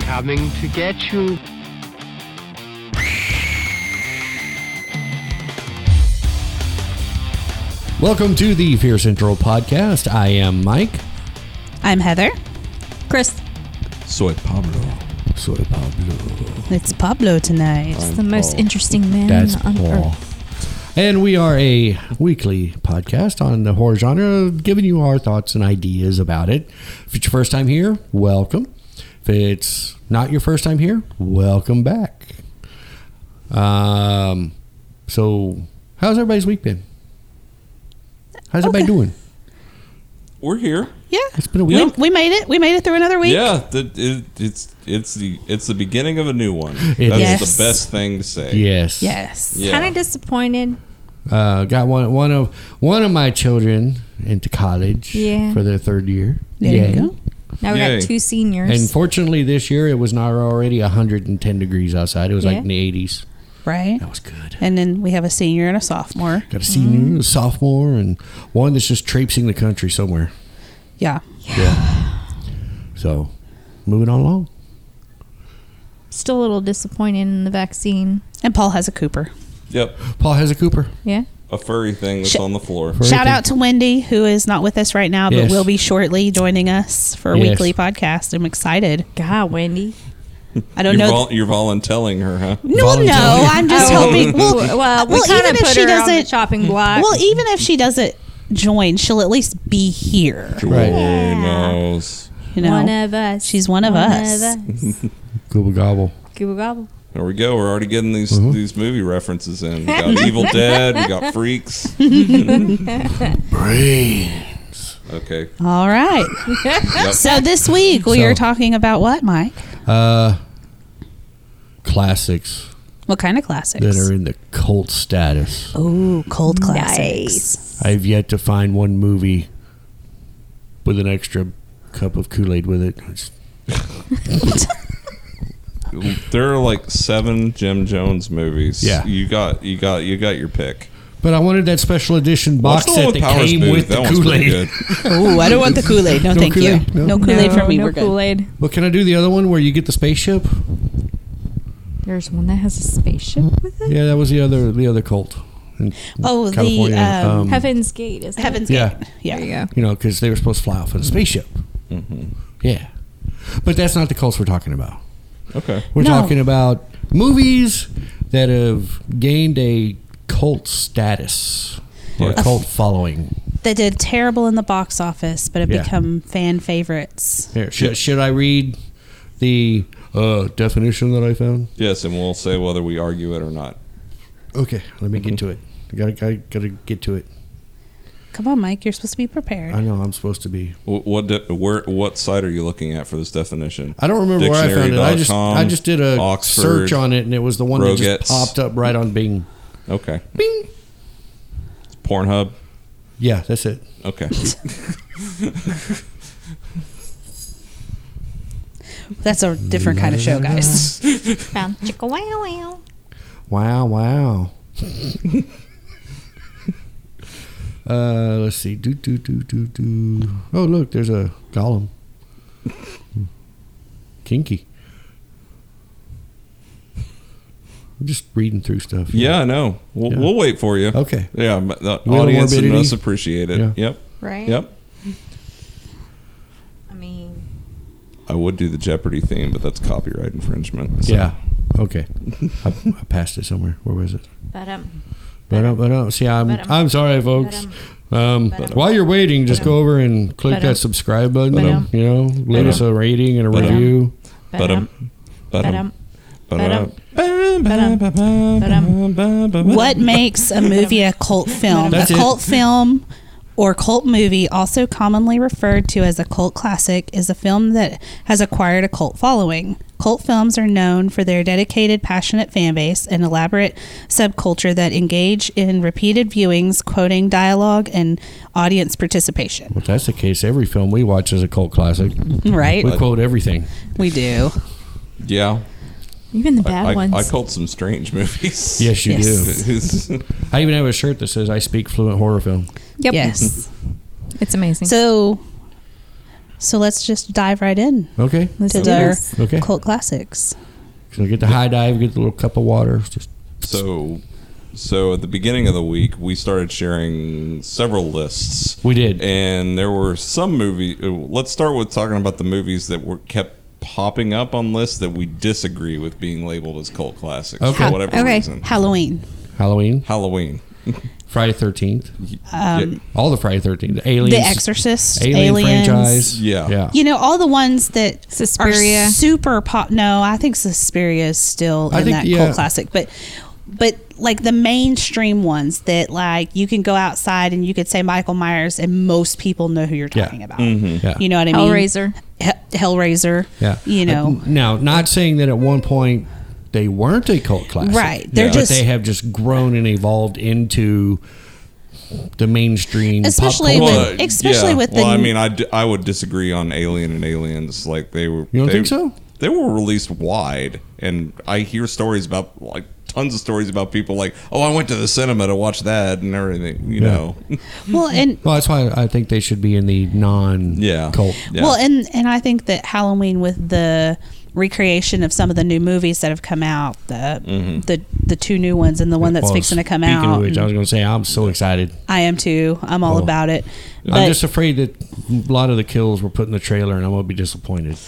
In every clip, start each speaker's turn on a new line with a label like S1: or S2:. S1: coming to get you.
S2: Welcome to the Fear Central podcast. I am Mike.
S3: I'm Heather. Chris.
S4: Soy Pablo.
S2: Soy Pablo.
S3: It's Pablo tonight.
S5: the most interesting man
S2: That's
S5: on
S2: Paul.
S5: earth.
S2: And we are a weekly podcast on the horror genre, giving you our thoughts and ideas about it. If it's your first time here, welcome. If it's not your first time here, welcome back. Um, so how's everybody's week been? How's everybody doing?
S4: We're here.
S3: Yeah.
S2: It's been a
S3: We,
S2: week.
S3: we made it. We made it through another week.
S4: Yeah, the, it, it's it's the it's the beginning of a new one.
S2: It
S4: That's
S3: is.
S4: the best thing to say.
S2: Yes.
S3: Yes.
S4: Yeah.
S5: Kind of disappointed.
S2: Uh, got one one of one of my children into college
S5: Yeah.
S2: for their third year.
S3: There
S2: Yay.
S3: you go.
S5: Now we
S4: Yay.
S5: got two seniors.
S2: And fortunately, this year it was not already 110 degrees outside. It was like
S5: Yeah.
S2: in the 80s.
S3: Right.
S2: That was good.
S3: And then we have a senior and a sophomore.
S2: Got a
S3: Mm-hmm.
S2: senior, a sophomore, and one that's just traipsing the country somewhere.
S3: Yeah.
S2: So, moving on along.
S5: Still a little disappointed in the vaccine.
S3: And Paul has a Cooper.
S4: Yep,
S2: Paul has a Cooper.
S5: Yeah.
S4: a furry thing that's
S3: Sh-
S4: on the floor.
S2: Very
S3: Shout
S2: good.
S3: out to Wendy, who is not with us right now, but
S2: Yes.
S3: will be shortly joining us for a
S2: Yes.
S3: weekly podcast. I'm excited.
S5: God, Wendy.
S3: I don't
S4: You're,
S3: know.
S4: vol- you're voluntelling her, huh?
S3: no, no.
S2: volunteering.
S3: I'm just
S5: Oh.
S3: hoping. Well,
S5: Well, we
S3: well,
S5: kind
S3: even
S5: of
S3: if
S5: put
S3: she
S5: her on the
S3: doesn't-
S5: chopping block.
S3: well, even if she doesn't join, she'll at least be here.
S2: Right.
S4: Who knows?
S3: You know,
S5: one of us.
S3: she's one of us.
S2: Gobble gobble.
S5: Gobble gobble.
S4: There we go. We're already getting these
S2: Mm-hmm.
S4: these movie references in. We got Evil Dead. We got Freaks.
S2: Brains.
S4: Okay.
S3: All right. So this week we
S2: So-
S3: are talking about what, Mike?
S2: Uh, classics
S3: What kind of
S2: that
S3: classics?
S2: are in the cult status.
S3: Oh, cold classics.
S5: Nice.
S2: I've yet to find one movie with an extra cup of Kool Aid with it. It's-
S4: There are like seven Jim Jones movies.
S2: Yeah.
S4: You got you got you got your pick.
S2: But I wanted that special edition
S4: What's
S2: box
S4: the
S2: set
S4: one with
S2: that
S4: Powers
S2: came
S4: Booth?
S2: with
S4: that
S2: the
S4: one's
S2: Kool
S4: pretty
S2: Aid.
S4: good.
S3: Oh, I don't want the Kool Aid. No, thank
S2: Kool-Aid,
S3: you.
S2: no.
S3: No, Kool Aid
S5: no,
S3: for me.
S5: No
S3: we're good.
S5: Kool Aid.
S2: But can I do the other one where you get the spaceship?
S5: There's one that has a spaceship with it.
S2: Yeah, that was the other the other cult. In
S3: Oh, the, um,
S5: Heaven's Gate is
S3: Heaven's
S2: uh, Yeah.
S3: Gate. Yeah.
S5: There you go.
S2: you know, because they were supposed to fly off in
S3: Mm-hmm.
S2: a spaceship.
S4: Mm-hmm.
S2: Yeah, but that's not the cults we're talking about.
S4: Okay.
S2: We're
S3: No.
S2: talking about movies that have gained a cult status or
S4: Yeah.
S2: a cult following.
S3: They did terrible in the box office, but have
S2: Yeah.
S3: become fan favorites.
S2: Here, should, should I read the uh, definition that I found?
S4: Yes, and we'll say whether we argue it or not.
S2: Okay, let me get to it. I gotta, gotta, gotta get to it.
S3: Come on, Mike. You're supposed to be prepared.
S2: I know I'm supposed to be.
S4: What what, de- where, what site are you looking at for this definition?
S2: I don't remember where I found it. I just
S4: Dictionary.com,
S2: I just did a
S4: Oxford,
S2: search on it, and it was the one that
S4: Roget's.
S2: just popped up right on Bing.
S4: Okay.
S2: Bing.
S4: Pornhub.
S2: Yeah, that's it.
S4: Okay.
S3: That's a different kind of show, guys.
S5: Found chicka wow wow.
S2: Wow, wow. uh, let's see. Do do do do do. Oh, look, there's a golem. Kinky. I'm just reading through stuff.
S4: yeah, I know. We'll,
S2: Yeah.
S4: we'll wait for you.
S2: Okay.
S4: Yeah, but the
S2: Wheel of
S4: audience and
S2: morbidity.
S4: us appreciate it.
S2: Yeah.
S4: Yep.
S5: Right?
S4: Yep.
S5: I mean,
S4: I would do the Jeopardy theme, but that's copyright infringement. so-
S2: Yeah. Okay. I, I passed it somewhere. Where was it?
S5: but um,
S2: But I, but I, see, I'm
S5: But, um,
S2: I'm sorry, folks. Um,
S5: but, um,
S2: while you're waiting, just
S5: but,
S2: go over and click
S5: but, um,
S2: that subscribe button.
S5: but, um,
S2: you know, leave
S4: but,
S2: us a rating and a
S4: but, um,
S2: review.
S4: But um. But
S5: but
S4: um.
S5: um,
S4: But
S5: ba-dum,
S4: um.
S3: What makes a movie a cult film?
S2: That's
S3: a
S2: it.
S3: cult film or cult movie, also commonly referred to as a cult classic, is a film that has acquired a cult following. Cult films are known for their dedicated, passionate fan base and elaborate subculture that engage in repeated viewings, quoting dialogue, and audience participation.
S2: If that's the case, every film we watch is a cult classic.
S3: Right?
S2: We quote everything.
S3: We do.
S4: Yeah.
S5: even the bad
S4: I,
S5: ones.
S4: I called some strange movies.
S2: Yes, you
S3: Yes.
S4: Yes.
S2: do. I even have a shirt that says "I speak fluent horror film."
S5: yep.
S3: Yes.
S5: It's amazing.
S3: So, So let's just dive right in
S2: Okay.
S5: Let's
S3: to
S5: do
S3: their
S5: this.
S2: Okay.
S3: cult classics.
S2: So get the high dive, get the little cup of water. Just
S4: So, so at the beginning of the week, we started sharing several lists,
S2: we did.
S4: and there were some movie. uh, Let's start with talking about the movies that were kept popping up on lists that we disagree with being labeled as cult classics
S2: Okay.
S4: for whatever
S5: Okay.
S4: reason.
S3: Halloween.
S2: Halloween,
S4: Halloween,
S3: Um,
S2: Friday Thirteenth,
S4: um,
S2: all the Friday Thirteenth, Aliens,
S3: The Exorcist.
S2: Alien
S3: Aliens.
S2: franchise.
S4: Yeah.
S2: yeah.
S3: You know, all the ones that
S5: Suspiria.
S3: are super pop. No, I think Suspiria is still
S2: I
S3: in
S2: think-
S3: that
S2: yeah.
S3: cult classic, but but like the mainstream ones that like you can go outside and you could say Michael Myers and most people know who you're
S2: Yeah. Mm-hmm.
S3: talking about.
S2: Yeah.
S3: You know what I mean?
S5: Hellraiser.
S3: He- Hellraiser.
S2: Yeah.
S3: You know.
S2: Uh, Now, not saying that at one point they weren't a cult classic.
S3: Right. They're
S2: but
S3: just-
S2: they have just grown and evolved into the mainstream. pop
S3: Especially
S2: culture.
S3: with- especially with the-
S4: well, I mean, I, d- I would disagree on Alien and Aliens. Like they were.
S2: You don't
S4: they-
S2: think so?
S4: They were released wide, and I hear stories about like tons of stories about people like, oh, I went to the cinema to watch that and everything. You
S2: Yeah.
S4: know,
S3: Well, and
S2: Well, that's why I think they should be in the non
S4: yeah,
S2: cult.
S4: Yeah.
S3: Well, and and I think that Halloween with the recreation of some of the new movies that have come out, the the the two new ones and the one that's
S2: Mm-hmm. Well,
S3: fixing to come
S2: speaking of
S3: out.
S2: which, I was going to say, I'm so excited.
S3: I am too. I'm all
S2: Oh.
S3: about it.
S2: I'm
S3: But,
S2: just afraid that a lot of the kills were put in the trailer, and I'm going to be disappointed.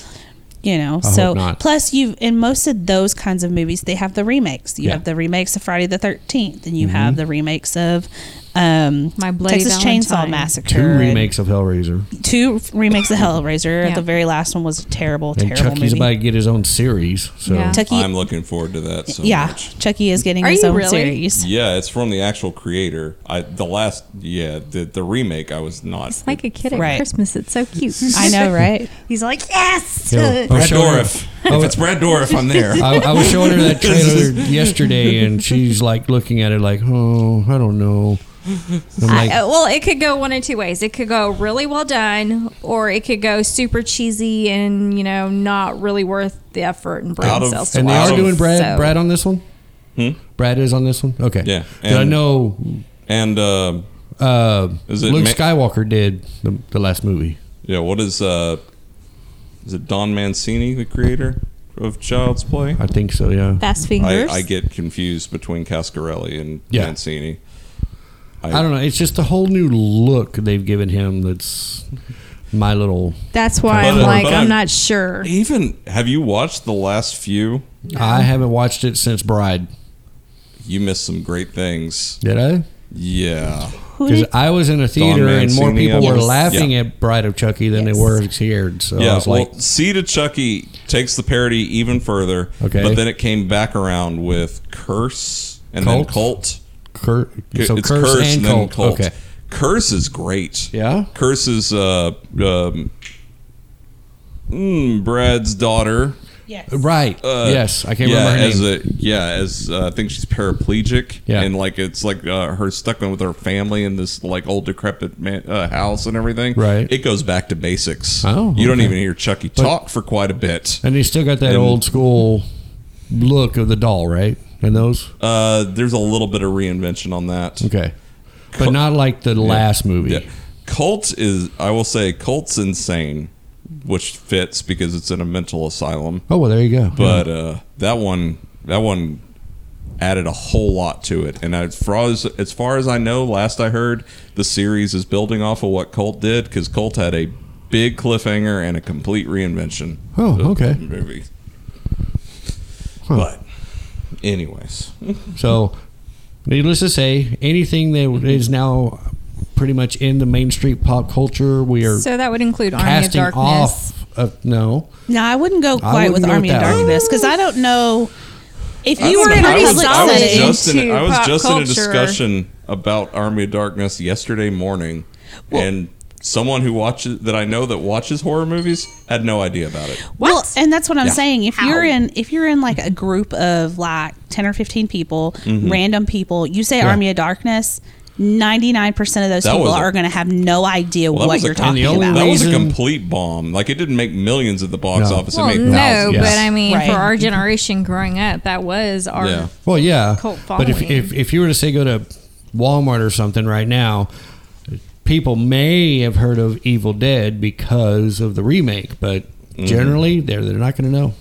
S3: you know,
S2: I
S3: so
S2: hope not.
S3: plus you've in most of those kinds of movies they have the remakes. You
S2: Yeah. Mm-hmm.
S3: have the remakes of Friday the 13th and you have the remakes of um
S5: My Bloody
S3: Texas Chainsaw
S5: Valentine.
S3: Massacre.
S2: Two
S3: and
S2: remakes of Hellraiser,
S3: Two remakes of Hellraiser.
S5: Yeah.
S3: The very last one was a terrible
S2: and
S3: terrible
S2: Chucky's
S3: movie.
S2: about to get his own series. So
S5: Yeah.
S3: Chucky
S4: I'm looking forward to that. So
S3: Yeah,
S4: much.
S3: Chucky is getting
S5: Are
S3: his
S5: you
S3: own
S5: really?
S3: series.
S4: Yeah, it's from the actual creator. I the last yeah the the remake I was not.
S5: It's like a kid at
S3: Right.
S5: Christmas. It's so cute.
S3: I know, right?
S5: He's like, yes. Uh,
S2: Yeah.
S4: Brad
S2: Showing her-
S4: Dorff. Oh, If it's Brad Dorff, I'm there.
S2: I, I was showing her that trailer yesterday, and she's like looking at it like, oh, I don't know. I'm like,
S3: oh,
S5: I, uh, well, it could go one of two ways. It could go really well done, or it could go super cheesy and you know not really worth the effort and brain
S4: Out of-
S5: cells. to
S2: and they
S5: watch.
S2: are
S4: Wow. Hmm?
S2: doing Brad
S5: So-
S2: Brad on this one. Brad is on this one. Okay.
S4: Yeah,
S2: 'Cause I
S4: and-
S2: know
S4: and uh,
S2: uh,
S4: Is it
S2: Luke
S4: Ma-
S2: Skywalker did the, the last movie.
S4: yeah, what is uh is it Don Mancini the creator of Child's Play?
S2: I think so. Yeah.
S3: Fast
S4: I,
S3: fingers.
S4: I get confused between Cascarelli and
S2: Yeah.
S4: Mancini.
S2: I don't know. It's just the whole new look they've given him. That's my little.
S5: That's why
S4: But,
S5: I'm
S4: uh,
S5: like,
S4: but
S5: I'm
S4: I'm-
S5: not sure.
S4: Even have you watched the last few?
S2: I haven't watched it since Bride.
S4: You missed some great things.
S2: Did I?
S4: Yeah,
S3: Who
S2: Because
S3: did,
S2: I was in a theater and more
S4: Mancini,
S2: people
S4: I
S2: were
S4: believe.
S2: laughing
S4: Yeah.
S2: at Bride of Chucky than
S5: Yes.
S2: they were scared. So I
S4: yeah.
S2: was like,
S4: well, Seed of Chucky takes the parody even further.
S2: Okay.
S4: but then it came back around with Curse and then
S2: Cult?
S4: Cult.
S2: Cur-
S4: C-
S2: so curse, and cult. Okay.
S4: Curse is great.
S2: Yeah.
S4: Curse is uh, um, mm, Brad's daughter.
S3: yes.
S2: Right.
S4: Uh,
S2: yes, I can't
S4: yeah,
S2: remember her
S4: as
S2: name.
S4: A, yeah, as uh, I think she's paraplegic.
S2: Yeah.
S4: and like it's like uh, her stuck in with her family in this like old decrepit man, uh, house and everything.
S2: Right.
S4: It goes back to basics.
S2: Oh,
S4: you don't
S2: okay.
S4: even hear Chucky talk for quite a bit.
S2: and they still got that
S4: And-
S2: old school look of the doll, right? And those.
S4: Uh, there's a little bit of reinvention on that.
S2: Okay. But not like the last movie.
S4: Yeah. Cult is, I will say, Cult's insane, which fits because it's in a mental asylum.
S2: Oh well, there you go.
S4: But uh, that one, that one added a whole lot to it. And as far as, as far as I know, last I heard, the series is building off of what Cult did because Cult had a big cliffhanger and a complete reinvention.
S2: Oh,
S4: of the
S2: okay.
S4: Movie.
S2: Huh.
S4: But, anyways,
S2: so, needless to say, anything that is now pretty much in the mainstream pop culture, we are
S5: So that would include Army of
S2: casting
S5: Darkness.
S2: off. Of, no,
S3: No, I wouldn't go quite
S2: wouldn't
S3: with
S2: go
S3: Army
S2: with
S3: of
S2: that one.
S3: Darkness because I don't know if
S4: I
S3: you
S4: don't
S3: were
S4: know.
S3: in a
S4: I was-
S3: public
S4: I was
S5: solid
S3: setting.
S4: just in,
S5: into
S4: I was
S5: pop
S4: just in a
S5: culture.
S4: discussion about Army of Darkness yesterday morning, and someone who watches that I know that watches horror movies had no idea about it.
S3: Well, and that's what I'm
S4: Yeah.
S3: saying. If you're in, if you're in like a group of like ten or fifteen people,
S4: Mm-hmm.
S3: random people, you say Army of Darkness. Ninety-nine percent of those
S4: That
S3: people
S4: was a-
S3: are going to have no idea
S4: Well, that
S3: what
S4: was a-
S3: you're
S4: and the
S3: talking
S2: only
S3: about.
S4: That was a
S2: Reason-
S4: complete bomb. Like it didn't make millions at the box
S2: No.
S4: office. It
S5: Well,
S4: made
S5: no,
S4: thousands.
S2: yeah.
S5: but I mean,
S3: Right.
S5: for our generation growing up, that was our.
S4: Yeah.
S2: Well, yeah.
S5: Cult
S2: But if,
S5: following.
S2: if, if you were to say go to Walmart or something right now, people may have heard of Evil Dead because of the remake, but
S4: Mm-hmm.
S2: generally they're they're not going to know,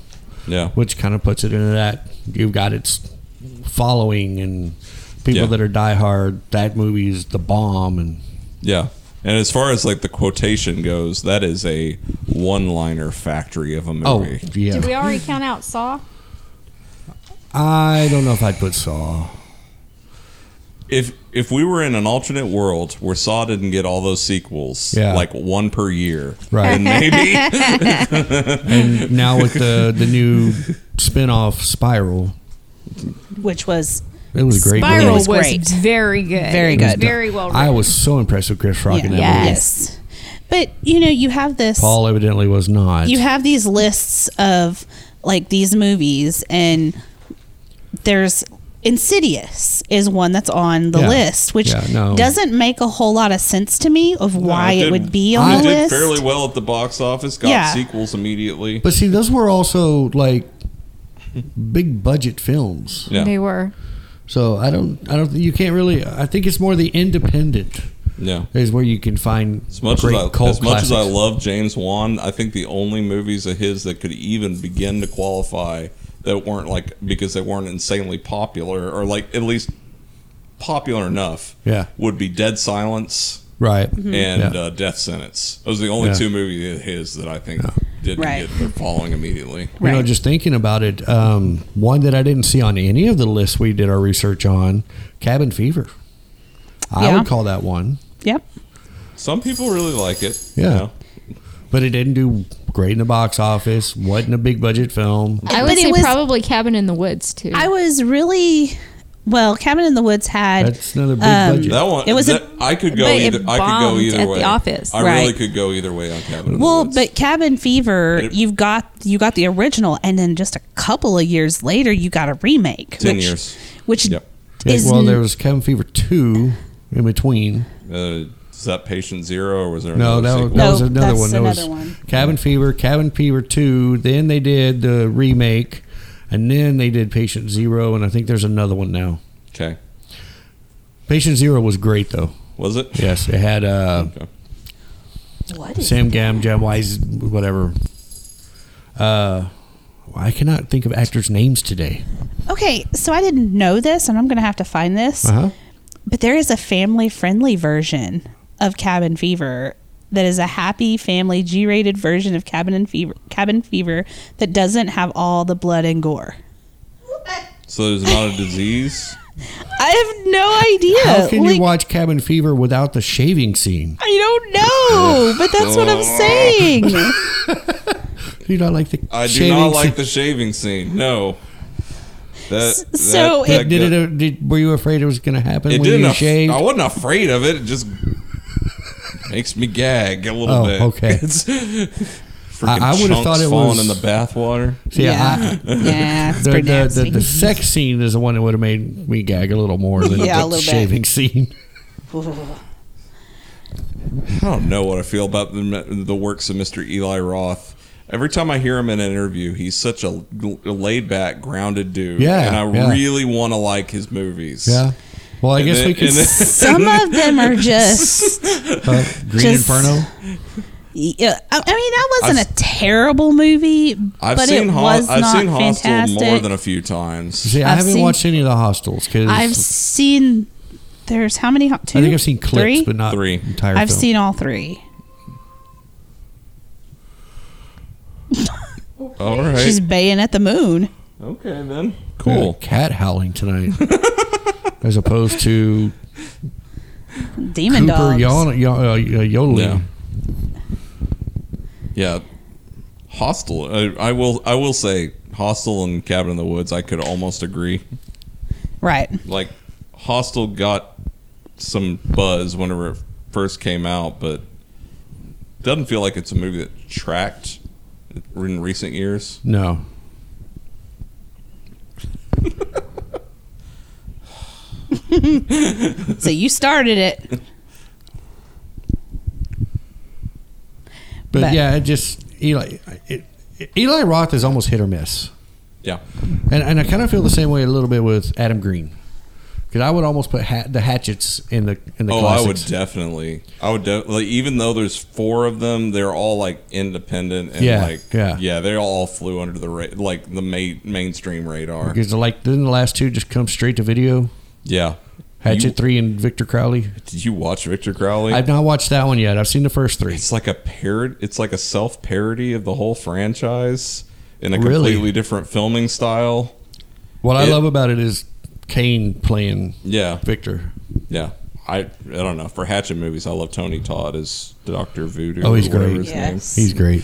S4: Yeah.
S2: which kind of puts it into that you've got its following and people
S4: Yeah.
S2: that are diehard. That movie is the bomb, and
S4: Yeah. And as far as like the quotation goes, that is a one-liner factory of a
S2: oh
S4: movie.
S2: yeah,
S5: Did we already count out Saw?
S2: I don't know if I'd put Saw.
S4: If if we were in an alternate world where Saw didn't get all those sequels,
S2: Yeah.
S4: like one per year,
S2: Right.
S4: then maybe
S2: And now with the the new spin-off Spiral,
S3: which was
S2: it was a great.
S3: Spiral
S5: Spiral
S2: movie.
S5: was,
S3: was great.
S5: very good.
S3: Very
S5: It was
S3: good.
S5: Very well
S2: I
S5: written.
S2: was so impressed with Chris Rock
S3: yeah.
S2: in that movie.
S3: yes. But you know, you have this.
S2: Paul evidently was not.
S3: you have these lists of like these movies and there's insidious is one that's on the
S2: Yeah.
S3: list which
S2: Yeah, no.
S3: doesn't make a whole lot of sense to me of why
S4: No,
S3: it
S4: did-
S3: would be on
S4: it
S3: the
S4: did
S3: list
S4: fairly well at the box office. Got
S3: Yeah.
S4: sequels immediately.
S2: But see, those were also like big budget films.
S4: yeah,
S5: They were.
S2: So I don't, I don't. You can't really. I think it's more the independent
S4: yeah.
S2: is where you can find
S4: As much as
S2: great
S4: I,
S2: cult
S4: as much as I
S2: classics.
S4: love James Wan, I think the only movies of his that could even begin to qualify that weren't like because they weren't insanely popular or like at least popular enough.
S2: Yeah.
S4: would be Dead Silence
S2: Right.
S3: Mm-hmm. Hmm.
S4: and
S2: Yeah.
S4: uh, Death Sentence. Those are the only
S2: Yeah.
S4: two movies of his that I think didn't
S3: Right.
S4: get their following immediately.
S2: You know,
S3: Right.
S2: just thinking about it, um, one that I didn't see on any of the lists we did our research on, Cabin Fever. I
S3: Yeah.
S2: would call that one,
S3: yep
S4: Some people really like it.
S2: Yeah. but it didn't do great in the box office. wasn't a big budget film.
S1: I
S3: But
S1: would
S3: it
S1: say
S3: was-
S1: probably Cabin in the Woods too.
S3: i was really well cabin in the woods had
S2: That's another big
S3: um,
S2: budget.
S4: That one,
S3: It was a-
S4: that- I could go
S5: but it
S4: either. I could go
S5: bombed
S4: either
S5: at the
S4: way.
S5: office.
S4: I really
S3: Right.
S4: could go either way on Cabin. in the
S3: well
S4: Woods.
S3: but cabin fever
S4: It-
S3: you've got you got the original and then just a couple of years later you got a remake
S4: 10
S3: which,
S4: years.
S3: which
S4: Yep.
S2: Yeah,
S3: is
S2: well, there was Cabin Fever two in between.
S4: Uh, is that Patient Zero or was there
S2: No,
S4: another
S2: that, was-
S4: sequel?
S2: that was
S3: No,
S2: another
S3: that's
S2: one. That
S3: another
S2: was
S3: one.
S2: Cabin Fever, Cabin Fever two. Then they did the remake, and then they did Patient Zero, and I think there's another one now.
S4: Okay.
S2: Patient Zero was great though.
S4: Was it?
S2: Yes, it had uh,
S4: Okay.
S3: what is
S2: Sam Gam, Jam Wise, whatever. Uh, I cannot think of actors' names today.
S3: Okay, so I didn't know this, and I'm going to have to find this.
S2: Uh huh.
S3: But there is a family friendly version of Cabin Fever that is a happy family G rated version of Cabin and Fever Cabin Fever that doesn't have all the blood and gore.
S4: So there's not a disease?
S3: I have no idea.
S2: How can
S3: Oh, Like,
S2: you watch Cabin Fever without the shaving scene?
S3: I don't know, but that's what I'm saying.
S2: You know, like the
S4: I do
S2: shaving
S4: not
S2: scene?
S4: like the shaving scene. No. That, that-
S3: so
S4: that
S3: it-
S2: Did
S4: go-
S2: it? Did, were you afraid it was going to happen
S4: it
S2: when
S4: didn't.
S2: you
S4: aff-
S2: shaved?
S4: I wasn't afraid of it. It just makes me gag a little
S2: Oh,
S4: bit.
S2: okay.
S4: It's, freaking
S2: I- I
S4: would
S2: would've
S4: have
S2: thought it
S4: falling
S2: was-
S4: in the bathwater.
S2: See, I-
S3: yeah, it's
S2: the,
S3: pretty
S2: the,
S3: nasty.
S2: the, the sex scene is the one that would have made me gag a little more than
S3: Yeah, a
S2: the
S3: little bit.
S2: shaving scene.
S4: I don't know what I feel about the, the works of Mr. Eli Roth. Every time I hear him in an interview, he's such a laid back, grounded dude.
S2: Yeah,
S4: And I
S2: yeah.
S4: really want to like his movies.
S2: Yeah. Well, I
S4: And
S2: guess
S4: then-
S2: we could.
S4: and then-
S3: Some of them are just
S2: uh, Green
S3: just-
S2: Inferno.
S3: Yeah, I I mean that wasn't
S4: I've-
S3: a terrible movie,
S4: I've
S3: but
S4: seen,
S3: it
S4: Ho-
S3: was
S4: I've
S3: not
S4: seen Hostel
S3: fantastic.
S4: more than a few times.
S2: See, I
S3: I've
S2: haven't
S3: seen-
S2: watched any of the hostels because I
S3: I've seen. There's how many? ho- Two?
S2: think I've seen clips,
S3: Three?
S2: but not
S4: Three.
S2: entire.
S3: I've
S2: film.
S3: seen all three.
S4: All right.
S3: She's baying at the moon.
S4: okay, then.
S2: We had a
S4: Cool.
S2: cat howling tonight, as opposed to
S3: Demon
S2: Cooper
S3: dogs.
S2: yawn, yawn, uh, yodeling.
S4: Yeah. Yeah. Hostel. I, I will I will say Hostel and Cabin in the Woods, I could almost agree.
S3: Right.
S4: Like Hostel got some buzz whenever it first came out, but doesn't feel like it's a movie that tracked in recent years.
S2: No.
S3: So you started it.
S2: But,
S3: But-
S2: yeah, it just Eli. It, Eli Roth is almost hit or miss,
S4: Yeah.
S2: and and I kind of feel the same way a little bit with Adam Green. Because I would almost put ha- the hatchets in the in the.
S4: Oh, I would
S2: classics.
S4: definitely. I would definitely. Even though there's four of them, they're all like independent and
S2: Yeah,
S4: like
S2: yeah.
S4: They all flew under the ra- like the main, mainstream radar.
S2: Because like didn't the last two just come straight to video?
S4: Yeah.
S2: Hatchet
S4: You-
S2: three and Victor Crowley.
S4: Did you watch Victor Crowley?
S2: I've not watched that one yet. I've seen the first three.
S4: it's like a parod. It's like a self parody of the whole franchise in a
S2: Really?
S4: completely different filming style.
S2: What I
S4: It-
S2: love about it is Kane playing
S4: Yeah,
S2: Victor.
S4: yeah. I I don't know. For Hatchet movies, I love Tony Todd as Doctor Voodoo.
S2: Oh, he's
S4: or whatever
S2: great.
S4: his name-
S3: Yes.
S2: He's great.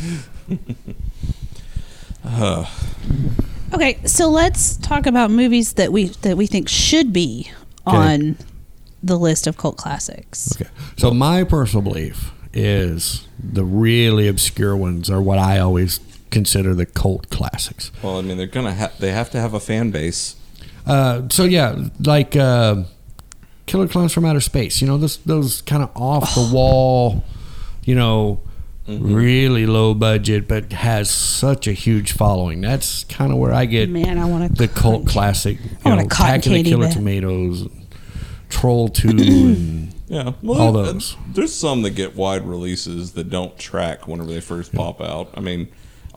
S3: Okay, so let's talk about movies that we that we think should be
S2: Okay.
S3: on the list of cult classics.
S2: Okay. So my personal belief is the really obscure ones are what I always consider the cult classics.
S4: Well, I mean, they're gonna ha- they have to have a fan base.
S2: Uh, so yeah, like uh, Killer Clowns from Outer Space. You know, those those kind of off the wall, you know,
S3: Mm-hmm.
S2: really low budget, but has such a huge following. That's kind of where I get
S3: Man, I want
S2: the
S3: to
S2: cult classic. You
S3: I want a cotton
S2: Attack of the
S3: candy
S2: Killer
S3: man.
S2: Tomatoes, Troll Two, and
S4: Yeah, well,
S2: All
S4: there-
S2: those.
S4: There's some that get wide releases that don't track whenever they first pop out. I mean,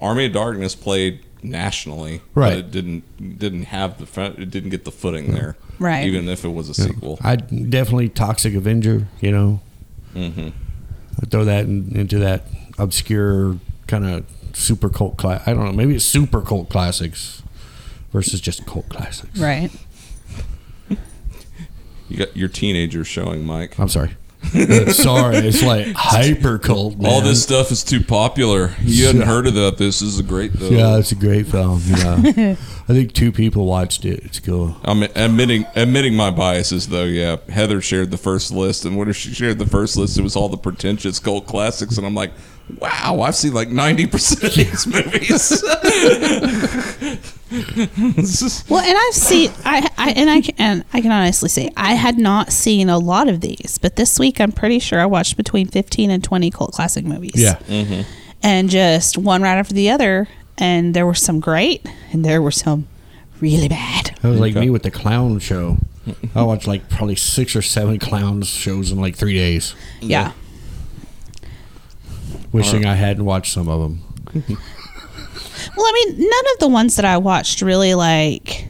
S4: Army of Darkness played nationally, but
S2: Right.
S4: it didn't didn't have the fa- it didn't get the footing there,
S3: Right.
S4: Even if it was a sequel.
S2: I definitely Toxic Avenger. You know,
S4: Mm-hmm.
S2: I throw that in, into that obscure kind of super cult class. I don't know. Maybe it's super cult classics versus just cult classics.
S3: right.
S4: You got your teenagers showing, Mike.
S2: I'm sorry. sorry, it's like hyper cult.
S4: All
S2: man.
S4: this stuff is too popular. You hadn't heard of that. This is a great uh, though.
S2: Yeah, it's a great film. Yeah. I think two people watched it. It's cool.
S4: I'm admitting admitting my biases though. Yeah, Heather shared the first list, and when she shared the first list, it was all the pretentious gold classics, and I'm like, wow, I've seen like ninety percent of these movies.
S3: Well, and I've seen I, I and I can and I can honestly say I had not seen a lot of these, but this week I'm pretty sure I watched between 15 and 20 cult classic movies.
S2: Yeah.
S4: mm,
S3: And just one right after the other, and there were some great and there were some really bad.
S2: That was like
S4: Okay.
S2: me with the clown show. I watched like probably six or seven clowns shows in like three days,
S3: Yeah.
S2: wishing I hadn't watched some of them.
S3: Well, I mean, none of the ones that I watched really like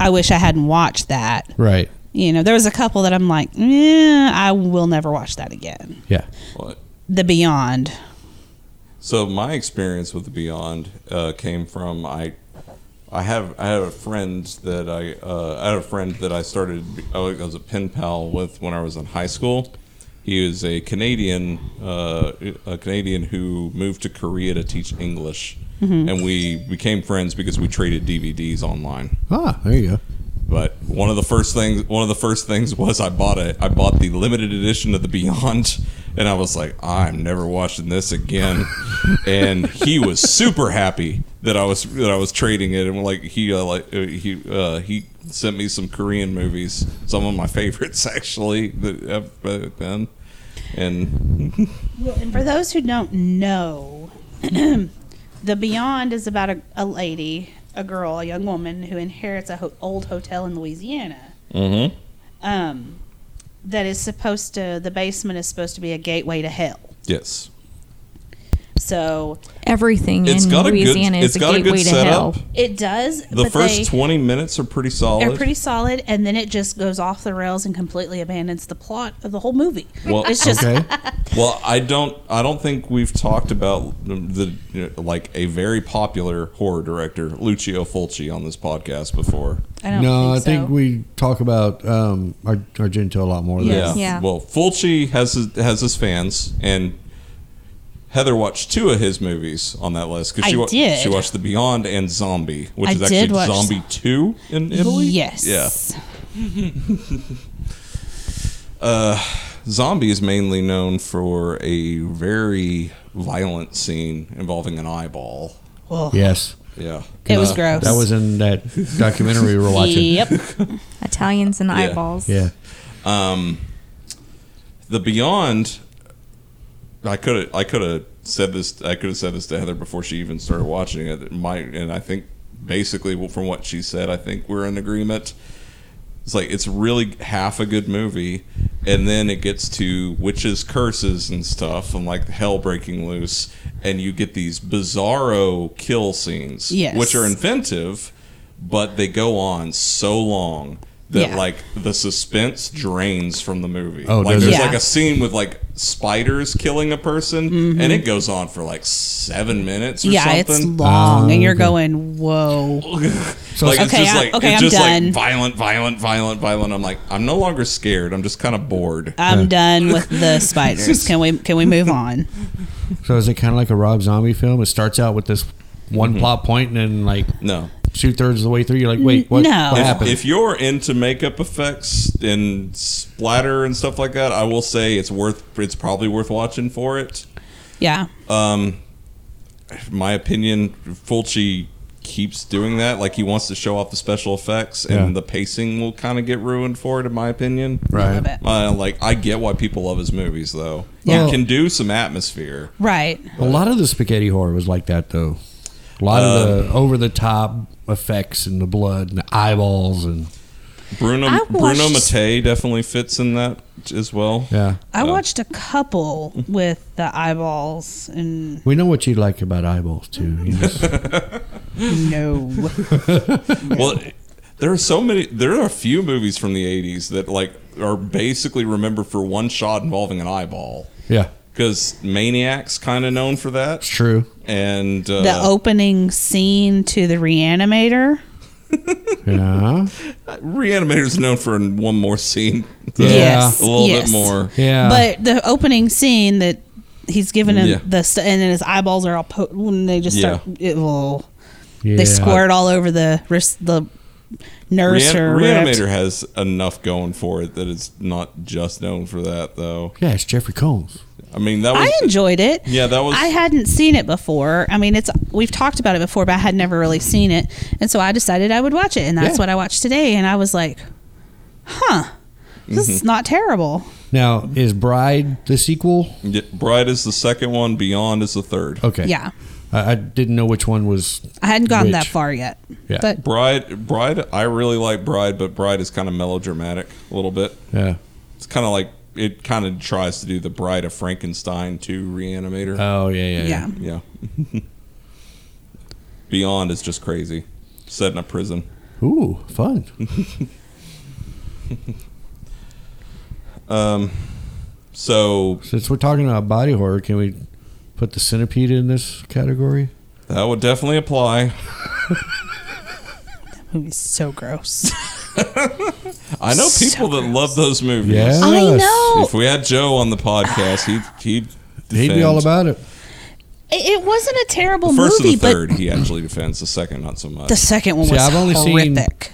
S3: I wish I hadn't watched that.
S2: Right.
S3: You know, there was a couple that I'm like, eh, I will never watch that again.
S2: Yeah.
S4: But-
S3: The Beyond.
S4: So my experience with the Beyond uh, came from I, I have I had a friend that I uh, I had a friend that I started I was a pen pal with when I was in high school. He was a Canadian uh, a Canadian who moved to Korea to teach English, and we became friends because we traded DVDs online.
S2: Ah, there you go.
S4: But one of the first things, one of the first things was I bought it. I bought the limited edition of the Beyond, and I was like, I'm never watching this again. and he was super happy that I was that I was trading it, and like he uh, like uh, he uh, he sent me some Korean movies, some of my favorites actually that have been. And
S3: Well, and for those who don't know, The Beyond is about a, a lady, a girl, a young woman who inherits a ho- old hotel in Louisiana. Mm-hmm. Um, that is supposed to, the basement is supposed to be a gateway to hell.
S4: yes,
S3: So
S1: Everything
S4: it's
S1: in
S4: got a good
S1: Louisiana
S4: it's
S1: is a
S4: got a
S1: gateway
S4: good
S1: to
S4: setup.
S1: hell.
S3: it does.
S4: The
S3: but
S4: first
S3: they,
S4: twenty minutes are pretty solid.
S3: are pretty solid, and then it just goes off the rails and completely abandons the plot of the whole movie.
S4: Well-
S3: it's just
S2: Okay.
S4: Well, I don't. I don't think we've talked about the, the like a very popular horror director, Lucio Fulci, on this podcast before.
S3: I don't
S2: no,
S3: think
S2: I
S3: so.
S2: think we talk about um, Ar- Argento a lot more. than
S3: Yes.
S2: that.
S5: Yeah.
S4: Well, Fulci has his, has his fans, and Heather watched two of his movies on that list because she
S3: I
S4: wa-
S3: did.
S4: she watched The Beyond and Zombie, which
S3: I
S4: is
S3: did
S4: actually
S3: watch-
S4: Zombie Two in Italy.
S3: Yes.
S4: Yeah. Zombie is mainly known for a very violent scene involving an eyeball.
S3: Well,
S2: Yes.
S4: Yeah.
S3: It was gross.
S2: That was in that documentary we were watching.
S3: Yep.
S5: Italians and eyeballs.
S2: Yeah.
S4: the beyond i could have i could have said this i could have said this to heather before she even started watching it my and i think basically well, from what she said i think we're in agreement It's like it's really half a good movie, and then it gets to witches, curses, and stuff, and like hell breaking loose, and you get these bizarro kill scenes,
S3: Yes.
S4: which are inventive, but they go on so long that
S3: Yeah.
S4: like the suspense drains from the movie.
S2: Oh,
S4: like
S2: does it?
S4: there's
S3: Yeah.
S4: like a scene with like spiders killing a person, and it goes on for like seven minutes or
S3: Mm-hmm. yeah, it's
S4: something.
S3: long, and
S2: Ah,
S3: you're going, whoa.
S2: So
S4: like
S2: it's-
S4: it's
S3: Okay,
S4: just
S3: I-
S4: like
S3: okay,
S4: it's
S3: I'm
S4: just
S3: done.
S4: like violent, violent, violent, violent. I'm like, I'm no longer scared. I'm just kind of bored.
S3: I'm done with the spiders. Can we can we move on?
S2: so is it kind of like a Rob Zombie film? It starts out with this one plot point, and then like
S4: No.
S2: two thirds of the way through, you're like, wait, what,
S3: no.
S2: what
S3: If-
S2: happened?
S4: If you're into makeup effects and splatter and stuff like that, I will say it's worth. It's probably worth watching for it.
S3: Yeah,
S4: my opinion, Fulci keeps doing that. Like he wants to show off the special effects, and
S2: Yeah.
S4: the pacing will kind of get ruined for it, in my opinion.
S2: Right.
S3: love it.
S4: Uh, like I get why people love his movies, though.
S2: Yeah.
S4: He can do some atmosphere.
S3: Right.
S2: a lot of the spaghetti horror was like that, though. A lot of the over the top effects and the blood and the eyeballs and
S4: Bruno
S3: I
S4: Bruno
S3: watched-
S4: Mattei definitely fits in that as well.
S2: yeah.
S3: I watched a couple with the eyeballs and
S2: We know what you like about eyeballs too. You just-
S3: no.
S4: Well, there are so many. There are a few movies from the '80s that like are basically remembered for one shot involving an eyeball.
S2: yeah,
S4: Because Maniac's kind of known for that,
S2: it's true.
S4: and uh,
S3: the opening scene to the reanimator.
S2: Yeah,
S4: Reanimator's known for one more scene.
S2: Yeah.
S3: Yes.
S4: A little
S3: yes.
S4: bit more.
S2: yeah.
S3: But the opening scene that he's given him
S4: Yeah.
S3: the st- and then his eyeballs are all po- when they just start it will
S2: yeah.
S3: they squirt all over the wrist the nurse
S4: Rean-
S3: or
S4: Reanimator has enough going for it that it's not just known for that, though.
S2: Yeah, it's Jeffrey Combs.
S4: I mean, that was.
S3: I enjoyed it.
S4: Yeah, that was-
S3: I hadn't seen it before. I mean, it's we've talked about it before, but I had never really seen it, and so I decided I would watch it, and that's
S2: Yeah.
S3: what I watched today. And I was like, "Huh, this
S4: Mm-hmm.
S3: is not terrible."
S2: Now is Bride the sequel?
S4: Yeah, Bride is the second one. Beyond is the third.
S2: Okay.
S3: Yeah,
S2: I, I didn't know which one was.
S3: I hadn't gotten that
S2: Which-
S3: far yet,
S2: Yeah.
S3: but
S4: Bride, Bride. I really like Bride, but Bride is kind of melodramatic a little bit.
S2: Yeah.
S4: It's kind of like it kind of tries to do the Bride of Frankenstein to Reanimator.
S2: Oh yeah, yeah,
S3: yeah.
S2: yeah.
S4: yeah. Beyond is just crazy. Set in a prison.
S2: Ooh, fun.
S4: So
S2: Since we're talking about body horror, can we put the centipede in this category?
S4: that would definitely apply.
S3: movie's so gross.
S4: I know people that love those movies.
S2: Yeah.
S3: I
S2: Yes.
S3: know
S4: If we had Joe on the podcast, he'd he'd
S2: He'd be
S4: defend-
S2: all about it.
S3: it, it wasn't a terrible
S4: first
S3: movie,
S4: and the third.
S3: but
S4: He actually defends the second, not so much.
S3: the second one
S2: See,
S3: was
S2: I've only seen
S3: horrific.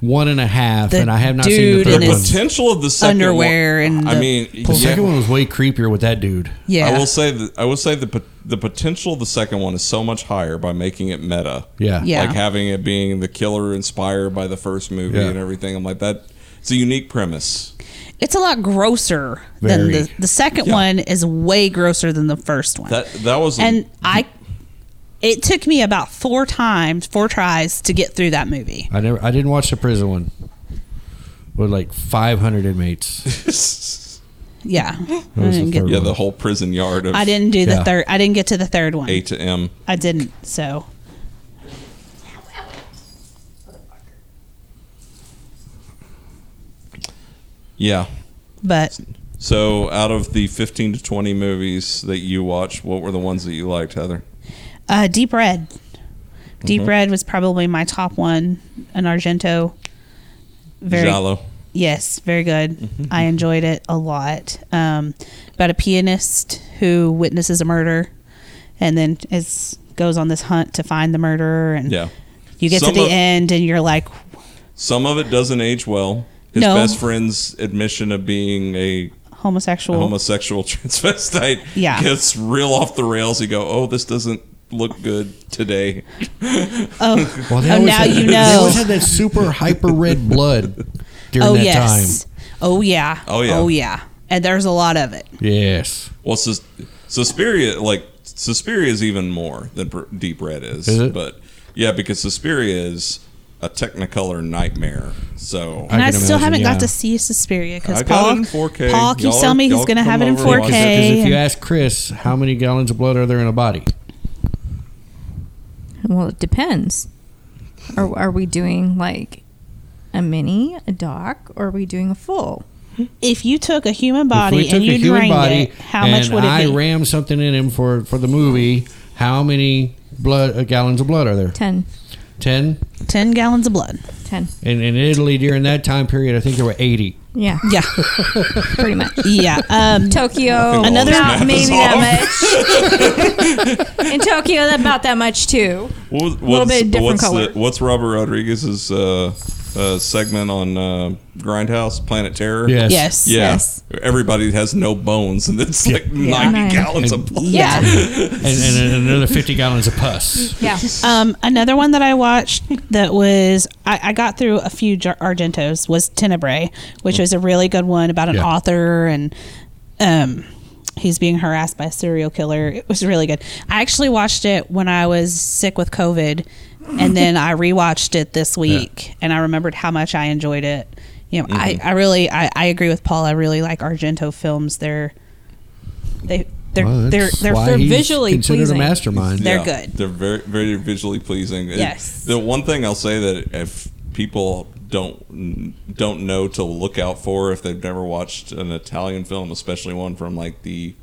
S2: One and a half,
S3: The
S2: and I have not seen the
S3: dude
S2: third
S3: in
S2: one.
S3: his-
S4: potential of the second
S3: underwear
S4: one,
S3: and
S4: I
S3: the
S4: mean,
S2: the
S4: yeah,
S2: second one was way creepier with that dude.
S3: yeah,
S4: I will say that I will say the pot- the potential of the second one is so much higher by making it meta.
S2: Yeah.
S3: Yeah.
S4: like having it being the killer inspired by the first movie
S2: Yeah.
S4: and everything. I'm like that. It's a unique premise.
S3: it's a lot grosser than
S2: Very.
S3: the the second
S4: Yeah.
S3: one is way grosser than the first one.
S4: That that was
S3: and I it took me about four times, four tries to get through that movie.
S2: I never. I didn't watch the prison one. With like 500 inmates.
S3: Yeah, I
S2: was the
S3: didn't, get,
S2: third
S4: yeah the whole prison yard of
S3: I didn't do the
S2: Yeah.
S3: third. I didn't get to the third one.
S4: A to M.
S3: I didn't. So
S4: Yeah.
S3: but
S4: So out of the 15 to 20 movies that you watched, what were the ones that you liked, Heather?
S3: uh, Deep Red, Deep
S4: Mm-hmm.
S3: Red was probably my top one. An Argento, very
S4: Jalo.
S3: Yes, very good.
S4: Mm-hmm.
S3: I enjoyed it a lot. Um, about a pianist who witnesses a murder, and then is goes on this hunt to find the murderer. And
S4: Yeah.
S3: you get
S4: Some
S3: to the
S4: of-
S3: end, and you're like,
S4: Some of it doesn't age well. His
S3: No.
S4: best friend's admission of being a
S3: homosexual.
S4: homosexual transvestite
S3: Oh. Yeah.
S4: gets real off the rails. You go, oh, this doesn't look good today.
S3: oh,
S2: Well, they
S3: Oh,
S2: always
S3: now
S2: had-
S3: you
S2: They
S3: know.
S2: always had that super hyper red blood during
S3: oh
S2: that
S3: yes. Oh yeah.
S4: Oh, yeah.
S3: Oh yeah. And there's a lot of it.
S2: time. Yes.
S4: Well, Sus- Suspiria, like, Suspiria is even more than Br- Deep Red is.
S2: Is it?
S4: But yeah, because Suspiria is a Technicolor nightmare. So
S2: I
S3: And I,
S2: can
S3: still
S2: imagine,
S3: haven't
S2: yeah.
S3: got to see Suspiria because
S4: I got
S3: Paul,
S4: it in 4K.
S3: Paul keeps
S4: Y'all-
S3: telling me he's
S4: y'all
S3: going to
S4: come
S3: have it in
S4: over and watch it.
S3: 4K.
S2: Because if
S3: and-
S2: you ask Chris how many gallons of blood are there in a body,
S5: Well, it depends. Are, are we doing like a mini, a doc, or are we doing a full?
S3: if you took a human
S2: If we
S3: body
S2: took
S3: and
S2: a
S3: you
S2: human
S3: drained
S2: body
S3: it, how much
S2: and
S3: would it
S2: I
S3: be?
S2: ram something in him for for the movie. How many blood uh, gallons of blood are there?
S5: 10.
S2: Ten.
S3: 10 gallons of blood.
S5: 10.
S2: And in Italy during that time period, I think there were eighty.
S5: Yeah,
S3: Yeah.
S5: pretty much.
S3: yeah. Um,
S5: Tokyo,
S4: Another-
S5: not
S4: Math
S5: maybe
S4: is
S5: that much. In Tokyo, about that much too.
S4: What was,
S5: Little bit different
S4: what's
S5: color.
S4: The, what's Robert Rodriguez's uh, uh, segment on uh, Grindhouse, Planet Terror?
S2: Yes.
S3: yes.
S4: Yeah.
S5: Yes.
S4: Everybody has no bones, and it's like 90
S5: Nine.
S4: gallons of blood.
S3: Yeah.
S2: And, and another fifty gallons of pus.
S5: Yeah.
S3: Um, another one that I watched that was I, I got through a few Jar- Argentos was Tenebrae, which was a really good one about an
S2: Mm. Yeah.
S3: author and um, he's being harassed by a serial killer. It was really good. I actually watched it when I was sick with COVID, and then I rewatched it this week, and I remembered how much I enjoyed it. You know, I,
S2: Mm-hmm.
S3: I really I, I agree with Paul. I really like Argento films. They're they they're
S2: Well,
S3: they're
S2: that's
S3: they're,
S2: why
S3: they're
S2: he's
S3: visually
S2: considered
S3: pleasing.
S2: a mastermind.
S3: They're good.
S4: They're very, very visually pleasing. It-
S3: Yes.
S4: the one thing I'll say that if people don't don't know to look out for if they've never watched an Italian film, especially one from like the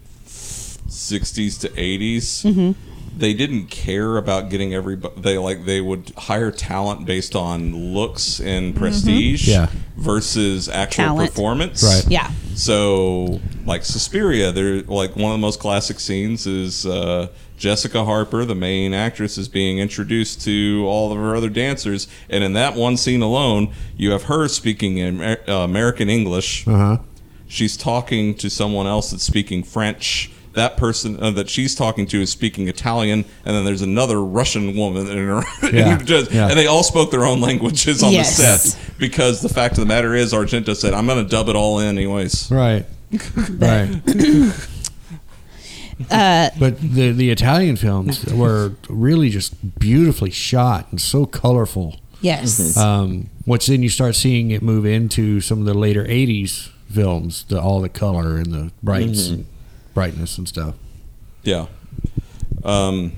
S4: 60s to 80s.
S3: Mm-hmm.
S4: They didn't care about getting everybody. They like they would hire talent based on looks and prestige,
S2: Yeah.
S4: versus actual
S3: Mm-hmm. Talent.
S4: performance,
S2: Right.
S3: Yeah.
S4: so, like Suspiria, there like one of the most classic scenes is uh, Jessica Harper, the main actress, is being introduced to all of her other dancers, and in that one scene alone, you have her speaking in Amer- uh, American English.
S2: Uh huh.
S4: She's talking to someone else that's speaking French. That person uh, that she's talking to is speaking Italian, and then there's another Russian woman, in her,
S2: Yeah,
S4: just-
S2: yeah.
S4: and they all spoke their own languages on
S3: Yes.
S4: the set because the fact of the matter is, Argento said, "I'm going to dub it all in, anyways."
S2: Right. right.
S3: uh,
S2: but the the Italian films were really just beautifully shot and so colorful.
S3: Yes.
S2: Um, which then you start seeing it move into some of the later '80s films, the all the color and the brights
S4: Mm-hmm.
S2: and brightness and stuff.
S4: Yeah. Um,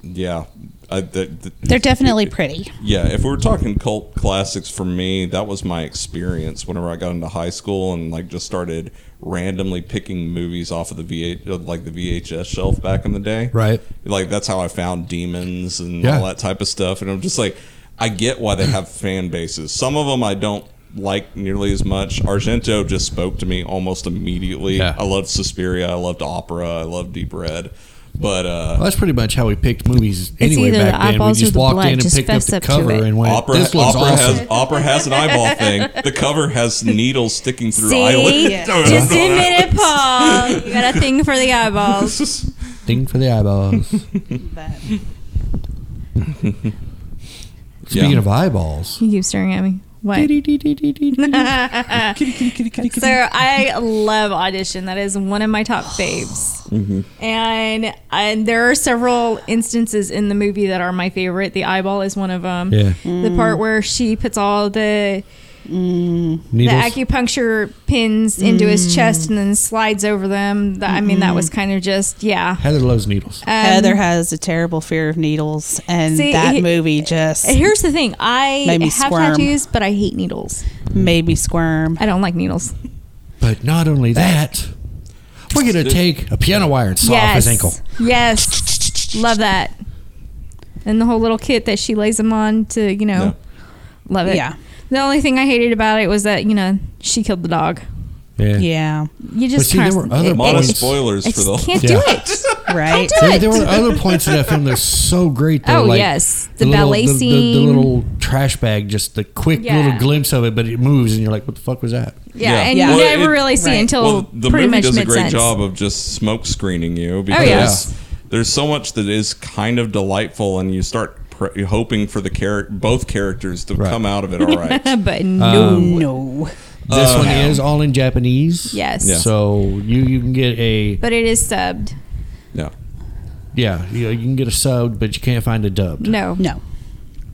S4: yeah. I, th- th-
S3: They're definitely pretty.
S4: yeah. If we were talking cult classics for me, that was my experience whenever I got into high school and like just started randomly picking movies off of the VH, uh, like the VHS shelf back in the day.
S2: Right.
S4: Like that's how I found demons and
S2: Yeah.
S4: all that type of stuff. And I'm just like, I get why they have fan bases. Some of them I don't like nearly as much. Argento just spoke to me almost immediately.
S2: Yeah.
S4: I loved Suspiria. I loved opera. I loved Deep Red. But uh,
S2: Well, that's pretty much how we picked movies anyway
S1: either
S2: back
S1: the
S2: then. We
S1: eyeballs or
S2: just
S1: the
S2: walked
S1: blood,
S2: in and
S1: just
S2: picked up
S1: fess
S2: the
S1: up to
S2: cover
S1: it.
S2: and went,
S4: opera,
S2: "This looks
S4: opera
S2: awesome."
S4: has opera has an eyeball thing. The cover has needles sticking through
S5: See,
S4: eyelids.
S5: just admit it, Paul. You got a thing for the eyeballs.
S2: Thing for the eyeballs. Speaking
S4: Yeah.
S2: of eyeballs,
S5: You keep staring at me. What? So I love audition. That is one of my top faves.
S2: Mm-hmm.
S5: And and there are several instances in the movie that are my favorite. The eyeball is one of them.
S2: Yeah.
S5: The
S3: Mm.
S5: part where she puts all the the
S2: needles.
S5: acupuncture pins into
S3: Mm.
S5: his chest and then slides over them. That, I mean, that was kind of just yeah.
S2: Heather loves needles.
S5: Um,
S3: Heather has a terrible fear of needles, and
S5: See,
S3: that
S5: he-
S3: movie just
S5: Um, Here's the thing. I
S3: Made me
S5: have
S3: squirm.
S5: tattoos, but I hate needles.
S3: made me squirm.
S5: I don't like needles.
S2: But not only that, we're going to take a piano wire and saw off his ankle.
S5: Yes. Love that. And the whole little kit that she lays him on to, you know,
S4: No.
S5: love it.
S3: Yeah.
S5: The only thing I hated about it was that, you know, she killed the dog.
S3: Yeah,
S5: You just
S2: see, there
S5: kinda-
S2: were other
S5: it-
S4: A lot of
S2: Points.
S4: spoilers
S5: it's-
S4: for the
S5: can't
S2: Yeah.
S5: do it.
S3: right.
S2: There,
S5: But-
S2: there were other points in that film that's so great. Though,
S5: Oh,
S2: like
S5: yes. The
S2: little-
S5: ballet
S2: the, the- the,
S5: scene.
S2: little trash bag, just the quick
S5: Yeah.
S2: little glimpse of it, but it moves, and you're like, "What the fuck was that?"
S5: Yeah,
S4: Yeah.
S5: and
S3: Yeah.
S5: you
S3: Well,
S5: never
S4: it-
S5: really see
S3: right.
S5: it until
S4: Well, the
S5: pretty
S4: movie
S5: much
S4: does a
S5: mid
S4: great job of just smoke screening you because
S5: yeah.
S4: there's so much that is kind of delightful, and you start pr- hoping for the character, both characters, to
S2: Right.
S4: come out of it all right.
S2: Uh,
S5: But no.
S4: Um,
S3: no,
S2: This one is all in Japanese.
S5: Yes. Yeah.
S2: So you you can get a
S5: but it is subbed.
S4: yeah.
S2: yeah you, you can get a sub, but you can't find a dubbed.
S5: No.
S3: no.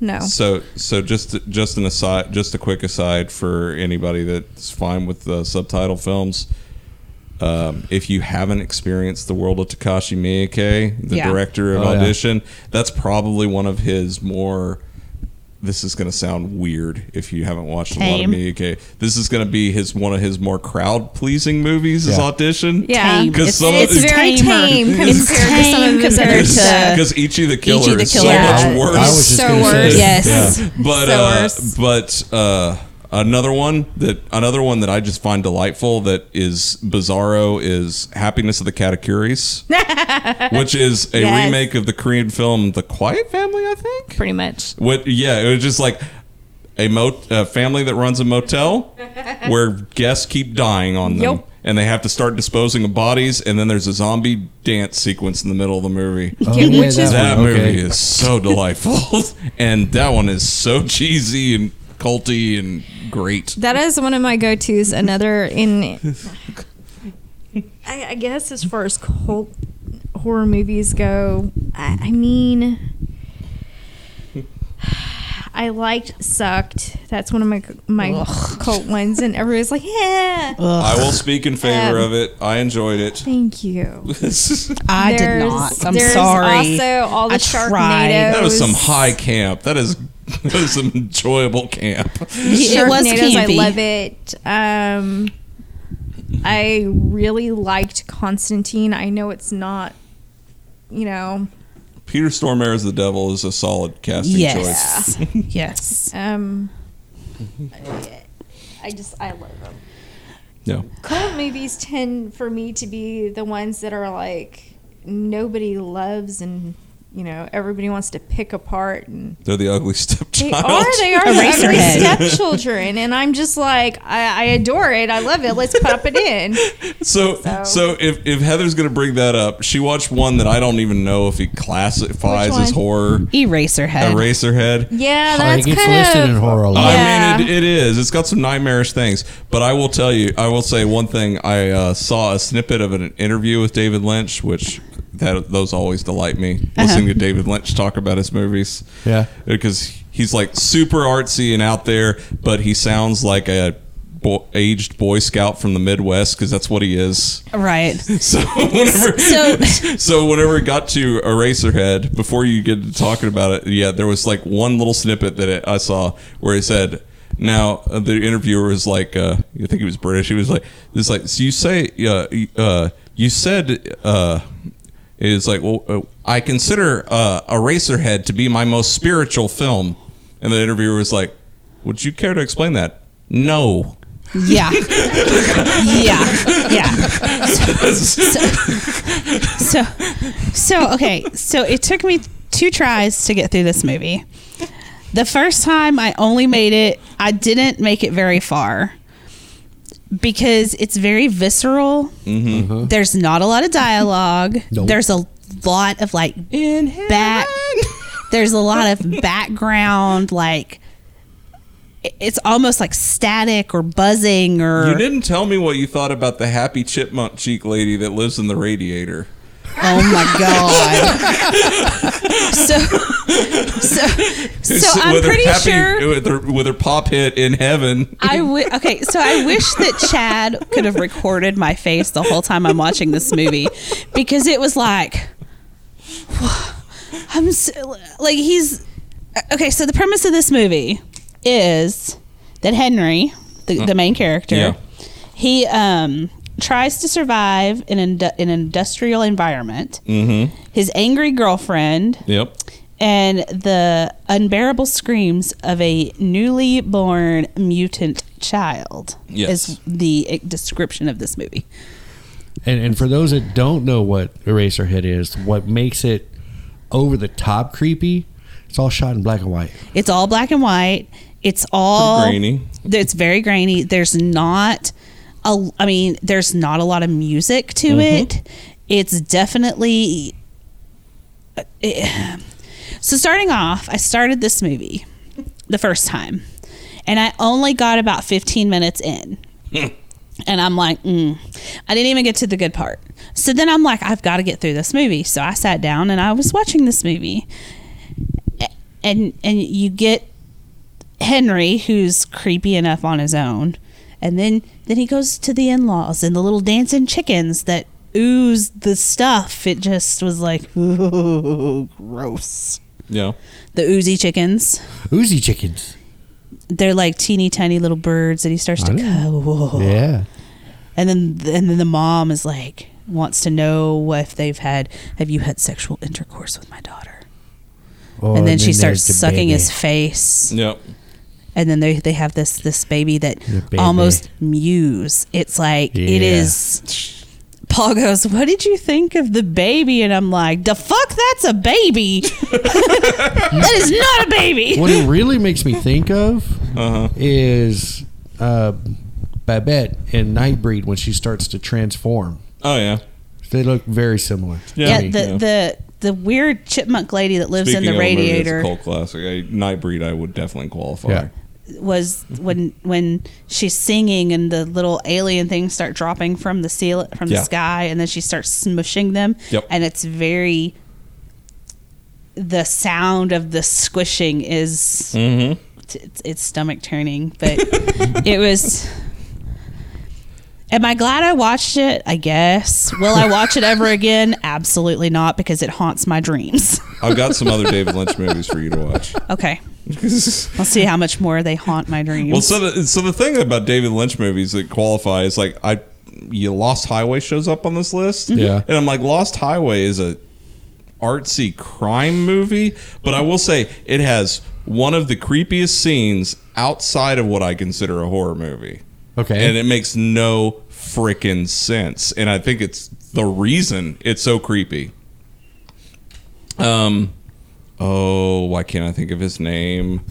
S5: No.
S4: So, so just just an aside, just a quick aside for anybody that's fine with uh, subtitle films. Um, if you haven't experienced the world of Takashi Miike, the
S3: Yeah.
S4: director of
S2: Oh, yeah.
S4: Audition, that's probably one of his more. This is going to sound weird if you haven't watched a lot of
S3: Tame.
S4: Miike. This is going to be his one of his more crowd pleasing movies. Is
S2: Yeah.
S4: Audition?
S5: Yeah.
S3: Tame.
S4: 'Cause
S3: It's,
S4: some of-
S3: it's,
S5: it's
S3: very
S5: tamer.
S3: tame
S5: It's
S3: compared to some
S5: tame
S3: of the
S5: compared
S3: others.
S5: to-
S4: because Ichi the Killer
S3: Ichi the
S4: is
S3: Killer.
S4: so
S3: Yeah.
S4: much worse.
S2: I was just
S5: So
S2: gonna say,
S5: worse.
S3: Yes.
S4: but
S5: So
S4: uh,
S5: worse.
S4: but uh, another one that another one that I just find delightful that is bizarro is Happiness of the Katakuris, which is a
S5: Yes.
S4: remake of the Korean film The Quiet Family, I think.
S5: Pretty much.
S4: What? Yeah, it was just like a mot- a family that runs a motel where guests keep dying on them,
S5: Yup.
S4: and they have to start disposing of bodies, and then there's a zombie dance sequence in the middle of the movie.
S2: Oh,
S5: Yeah,
S2: yeah,
S5: which is-
S4: That
S2: one,
S4: movie
S2: okay.
S4: is so delightful, and that one is so cheesy and culty and great.
S5: That is one of my go tos. Another in, I, I guess, as far as cult horror movies go, I, I mean, I liked Sucked. That's one of my my cult ones, and everybody's like, "Yeah,
S4: I will speak in favor
S5: Um,
S4: of it. I enjoyed it.
S5: thank you."
S3: I did
S5: There's-
S3: not. I'm
S5: there's
S3: sorry.
S5: Also, all the
S3: I tried.
S5: Sharknado.
S4: that was some high camp. That is that is some enjoyable camp.
S3: it was
S5: Sharknadoes, I
S3: campy.
S5: love it. Um, I really liked Constantine. I know it's not, you know,
S4: Peter Stormare as the devil is a solid casting choice.
S3: Yes. yes.
S5: um, I- I just I love them.
S4: Yeah.
S5: Cult movies tend for me to be the ones that are like nobody loves and you know everybody wants to pick apart and
S4: They're the ugly stepchild.
S5: They are. They are the
S3: Eraserhead.
S5: ugly stepchildren, and I'm just like, I, I adore it. I love it. Let's pop it in.
S4: So, so,
S5: So-
S4: if, if Heather's going to bring that up, she watched one that I don't even know if he classifies
S5: Which
S4: as
S5: one?
S4: horror.
S3: Eraserhead.
S4: Eraserhead.
S5: Yeah,
S2: I
S5: that's
S2: think it's listed
S5: kind
S2: in
S5: of.
S2: horror. a lot.
S5: Yeah.
S4: I mean, it, it is. It's got some nightmarish things. But I will tell you, I will say one thing. I uh, saw a snippet of an interview with David Lynch, which that those always delight me listening to David Lynch talk about his movies.
S2: Yeah.
S4: because he's like super artsy and out there, but he sounds like a bo- aged Boy Scout from the Midwest because that's what he is.
S3: Right.
S4: So whenever, so,
S3: So-
S4: whenever it got to Eraserhead, before you get to talking about it, yeah, there was like one little snippet that it, I saw where he said. Now uh, the interviewer was like, uh, I think he was British. He was like, "This like so you say, uh, y- uh, you said uh, is like, well, uh, I consider uh, Eraserhead to be my most spiritual film." And the interviewer was like, "Would you care to explain that?" No.
S3: Yeah. yeah. Yeah. So, so okay. So it took me two tries to get through this movie. The first time I only made it, I didn't make it very far because it's very visceral. There's not a lot of dialogue.
S2: Nope.
S3: There's a lot of like back. There's a lot of background like. it- It's almost like static or buzzing or
S4: You didn't tell me what you thought about the happy chipmunk cheek lady that lives in the radiator.
S3: Oh my god! so, so, so I'm
S4: With her
S3: pretty
S4: happy- uh,
S3: sure.
S4: with her, with her pop hit in heaven.
S3: I w- okay, so I wish that Chad could have recorded my face the whole time I'm watching this movie because it was like, I'm so, like he's okay. So the premise of this movie is that Henry, the, the main character,
S4: Yeah.
S3: he um, tries to survive in an, indu- an industrial environment. Mm-hmm. His angry girlfriend
S4: Yep.
S3: and the unbearable screams of a newly born mutant child
S4: Yes.
S3: is the eh, description of this movie.
S2: And, and for those that don't know what Eraserhead is, what makes it over the top creepy, it's all shot in black and white.
S3: It's all black and white. It's all
S4: grainy.
S3: It's very grainy. There's not a. I mean, there's not a lot of music to it. It's definitely. uh, it- so starting off, I started this movie the first time, and I only got about 15 minutes in. And I'm like, mm. I didn't even get to the good part. So then I'm like, I've got to get through this movie. So I sat down and I was watching this movie and and you get Henry, who's creepy enough on his own, and then then he goes to the in laws and the little dancing chickens that ooze the stuff. It just was like, ooh, gross.
S4: Yeah.
S3: The oozy chickens.
S2: Oozy chickens.
S3: They're like teeny tiny little birds that he starts to
S2: I
S3: cuddle.
S5: Oh.
S3: Whoa.
S2: Yeah.
S3: And then and then the mom is like wants to know if they've had have you had sexual intercourse with my daughter?
S2: Oh,
S3: and then she starts
S2: there's the
S3: sucking
S2: baby.
S3: his face.
S4: Yep.
S3: and then they they have this this baby that
S2: The baby.
S3: almost mews. It's like it
S2: Yeah.
S3: is. Paul goes, "What did you think of the baby?" And I'm like, "The fuck, that's a baby. that is not a baby."
S2: What it really makes me think of
S4: Uh-huh.
S2: is uh, Babette and Nightbreed when she starts to transform.
S4: Oh yeah.
S2: They look very similar.
S3: Yeah,
S4: Yeah.
S3: the the the weird chipmunk lady that lives
S4: Speaking
S3: in
S4: of
S3: the
S4: a movie that's
S3: radiator
S4: a cult classic. A Nightbreed, I would definitely qualify.
S2: Yeah.
S3: was when when she's singing and the little alien things start dropping from the seal from
S4: Yeah.
S3: the sky and then she starts smushing them
S4: Yep.
S3: and it's very the sound of the squishing is
S4: Mm-hmm.
S3: it's, it's stomach turning but it was am i glad i watched it i guess will i watch it ever again absolutely not because it haunts my dreams
S4: I've got some other David Lynch movies for you to watch.
S3: okay i'll see how much more they haunt my dreams
S4: Well, so the, so the thing about David Lynch movies that qualify is like I, you Lost Highway shows up on this list.
S2: Yeah.
S4: and I'm like Lost Highway is a artsy crime movie, but I will say it has one of the creepiest scenes outside of what I consider a horror movie.
S2: Okay.
S4: and it makes no freaking sense, and I think it's the reason it's so creepy. Um. Oh, why can't I think of his name?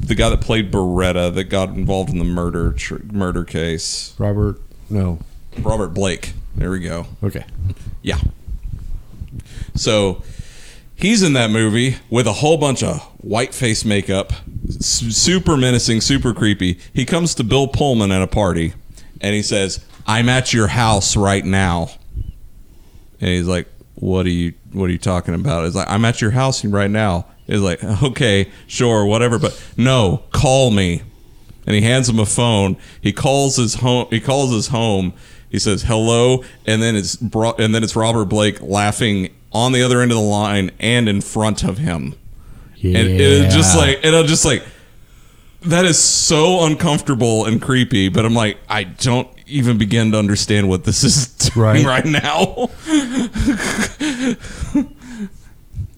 S4: the guy that played Beretta that got involved in the murder tr- murder case.
S2: Robert, no.
S4: Robert Blake. There we go.
S2: Okay.
S4: Yeah. So he's in that movie with a whole bunch of white face makeup, su- super menacing, super creepy. He comes to Bill Pullman at a party and he says, "I'm at your house right now." And he's like, "What are you what are you talking about?" It's like, "I'm at your house right now." It's like, "Okay, sure, whatever, but no, call me." And he hands him a phone. He calls his home. He calls his home. He says hello, and then it's bro- and then it's Robert Blake laughing on the other end of the line and in front of him.
S2: Yeah.
S4: And it's just like and I'm just like that is so uncomfortable and creepy, but I'm like, I don't even begin to understand what this is doing
S2: Right.
S4: right now.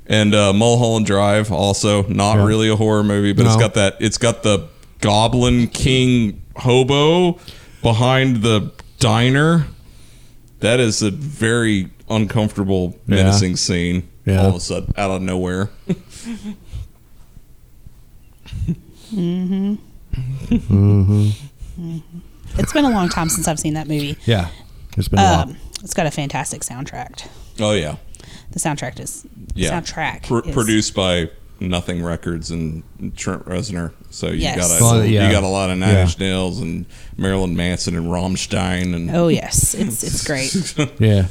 S4: and uh, Mulholland Drive also not
S2: Yeah.
S4: really a horror movie, but it's
S2: No.
S4: got that it's got the Goblin King hobo behind the diner. That is a very uncomfortable, menacing scene.
S2: Yeah.
S4: All of a sudden, out of nowhere.
S3: It's been a long time since I've seen that movie.
S2: yeah. It's been a
S3: Um,
S2: while.
S3: it's got a fantastic soundtrack.
S4: oh yeah.
S3: The soundtrack is the
S4: yeah.
S3: soundtrack
S4: Pro-
S3: is-
S4: produced by Nothing Records and Trent Reznor. So you
S3: Yes.
S4: got a
S2: Well, yeah.
S4: you got a lot of Nine
S2: Yeah.
S4: Inch Nails and Marilyn Manson and Rammstein and
S3: Oh yes, it's it's great.
S2: Yeah.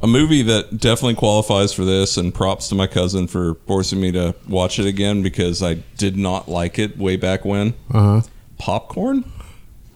S4: a movie that definitely qualifies for this. And props to my cousin for forcing me to watch it again because I did not like it way back when.
S2: Uh huh.
S4: Popcorn.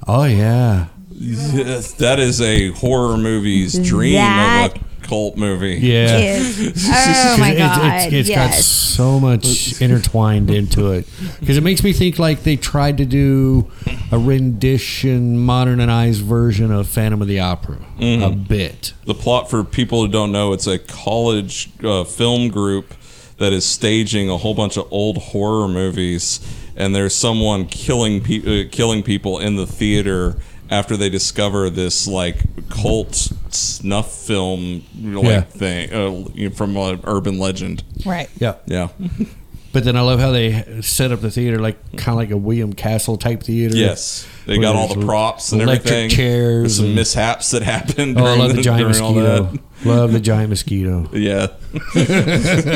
S2: Oh, yeah.
S4: Yes, that is a horror movie's dream
S5: That-
S4: of a cult movie.
S2: Yeah.
S5: Is- oh my
S2: It's-
S5: god!
S2: It's, it's got
S5: yes.
S2: so much intertwined into it because it makes me think like they tried to do a rendition, modernized version of Phantom of the Opera a
S4: Mm-hmm.
S2: bit.
S4: The plot for people who don't know, it's a college uh, film group that is staging a whole bunch of old horror movies, and there's someone killing pe- uh, killing people in the theater after they discover this like cult snuff film you know, like
S2: Yeah.
S4: thing uh, you know, from an urban legend.
S3: right.
S2: Yeah,
S4: Yeah,
S2: but then I love how they set up the theater like kind of like a William Castle type theater.
S4: yes, they
S2: Where
S4: got all
S2: there's
S4: the props and
S2: electric
S4: everything. There's
S2: chairs.
S4: some
S2: And,
S4: mishaps that happened.
S2: oh, I love
S4: during
S2: the giant
S4: during all
S2: mosquito. Love the giant mosquito.
S4: that. Yeah,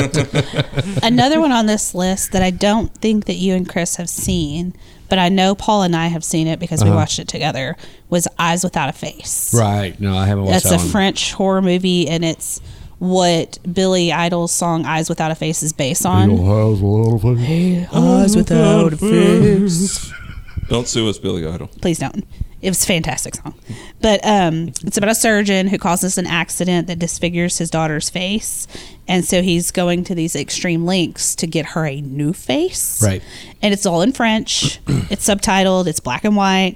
S3: Another one on this list that I don't think that you and Chris have seen, but I know Paul and I have seen it because we watched it together. Was Eyes Without a Face?
S2: Uh-huh. Right? No, I haven't watched
S3: That's
S2: that
S3: a
S2: one.
S3: French horror movie, and it's what Billy Idol's song "Eyes Without a Face" is based on.
S2: Ohio's a little fucking-
S3: Eyes without a face.
S4: Don't sue us, Billy Idol.
S3: Please don't. It was a fantastic song, but um, it's about a surgeon who causes an accident that disfigures his daughter's face, and so he's going to these extreme lengths to get her a new face.
S2: Right.
S3: and it's all in French. it's subtitled. It's black and white,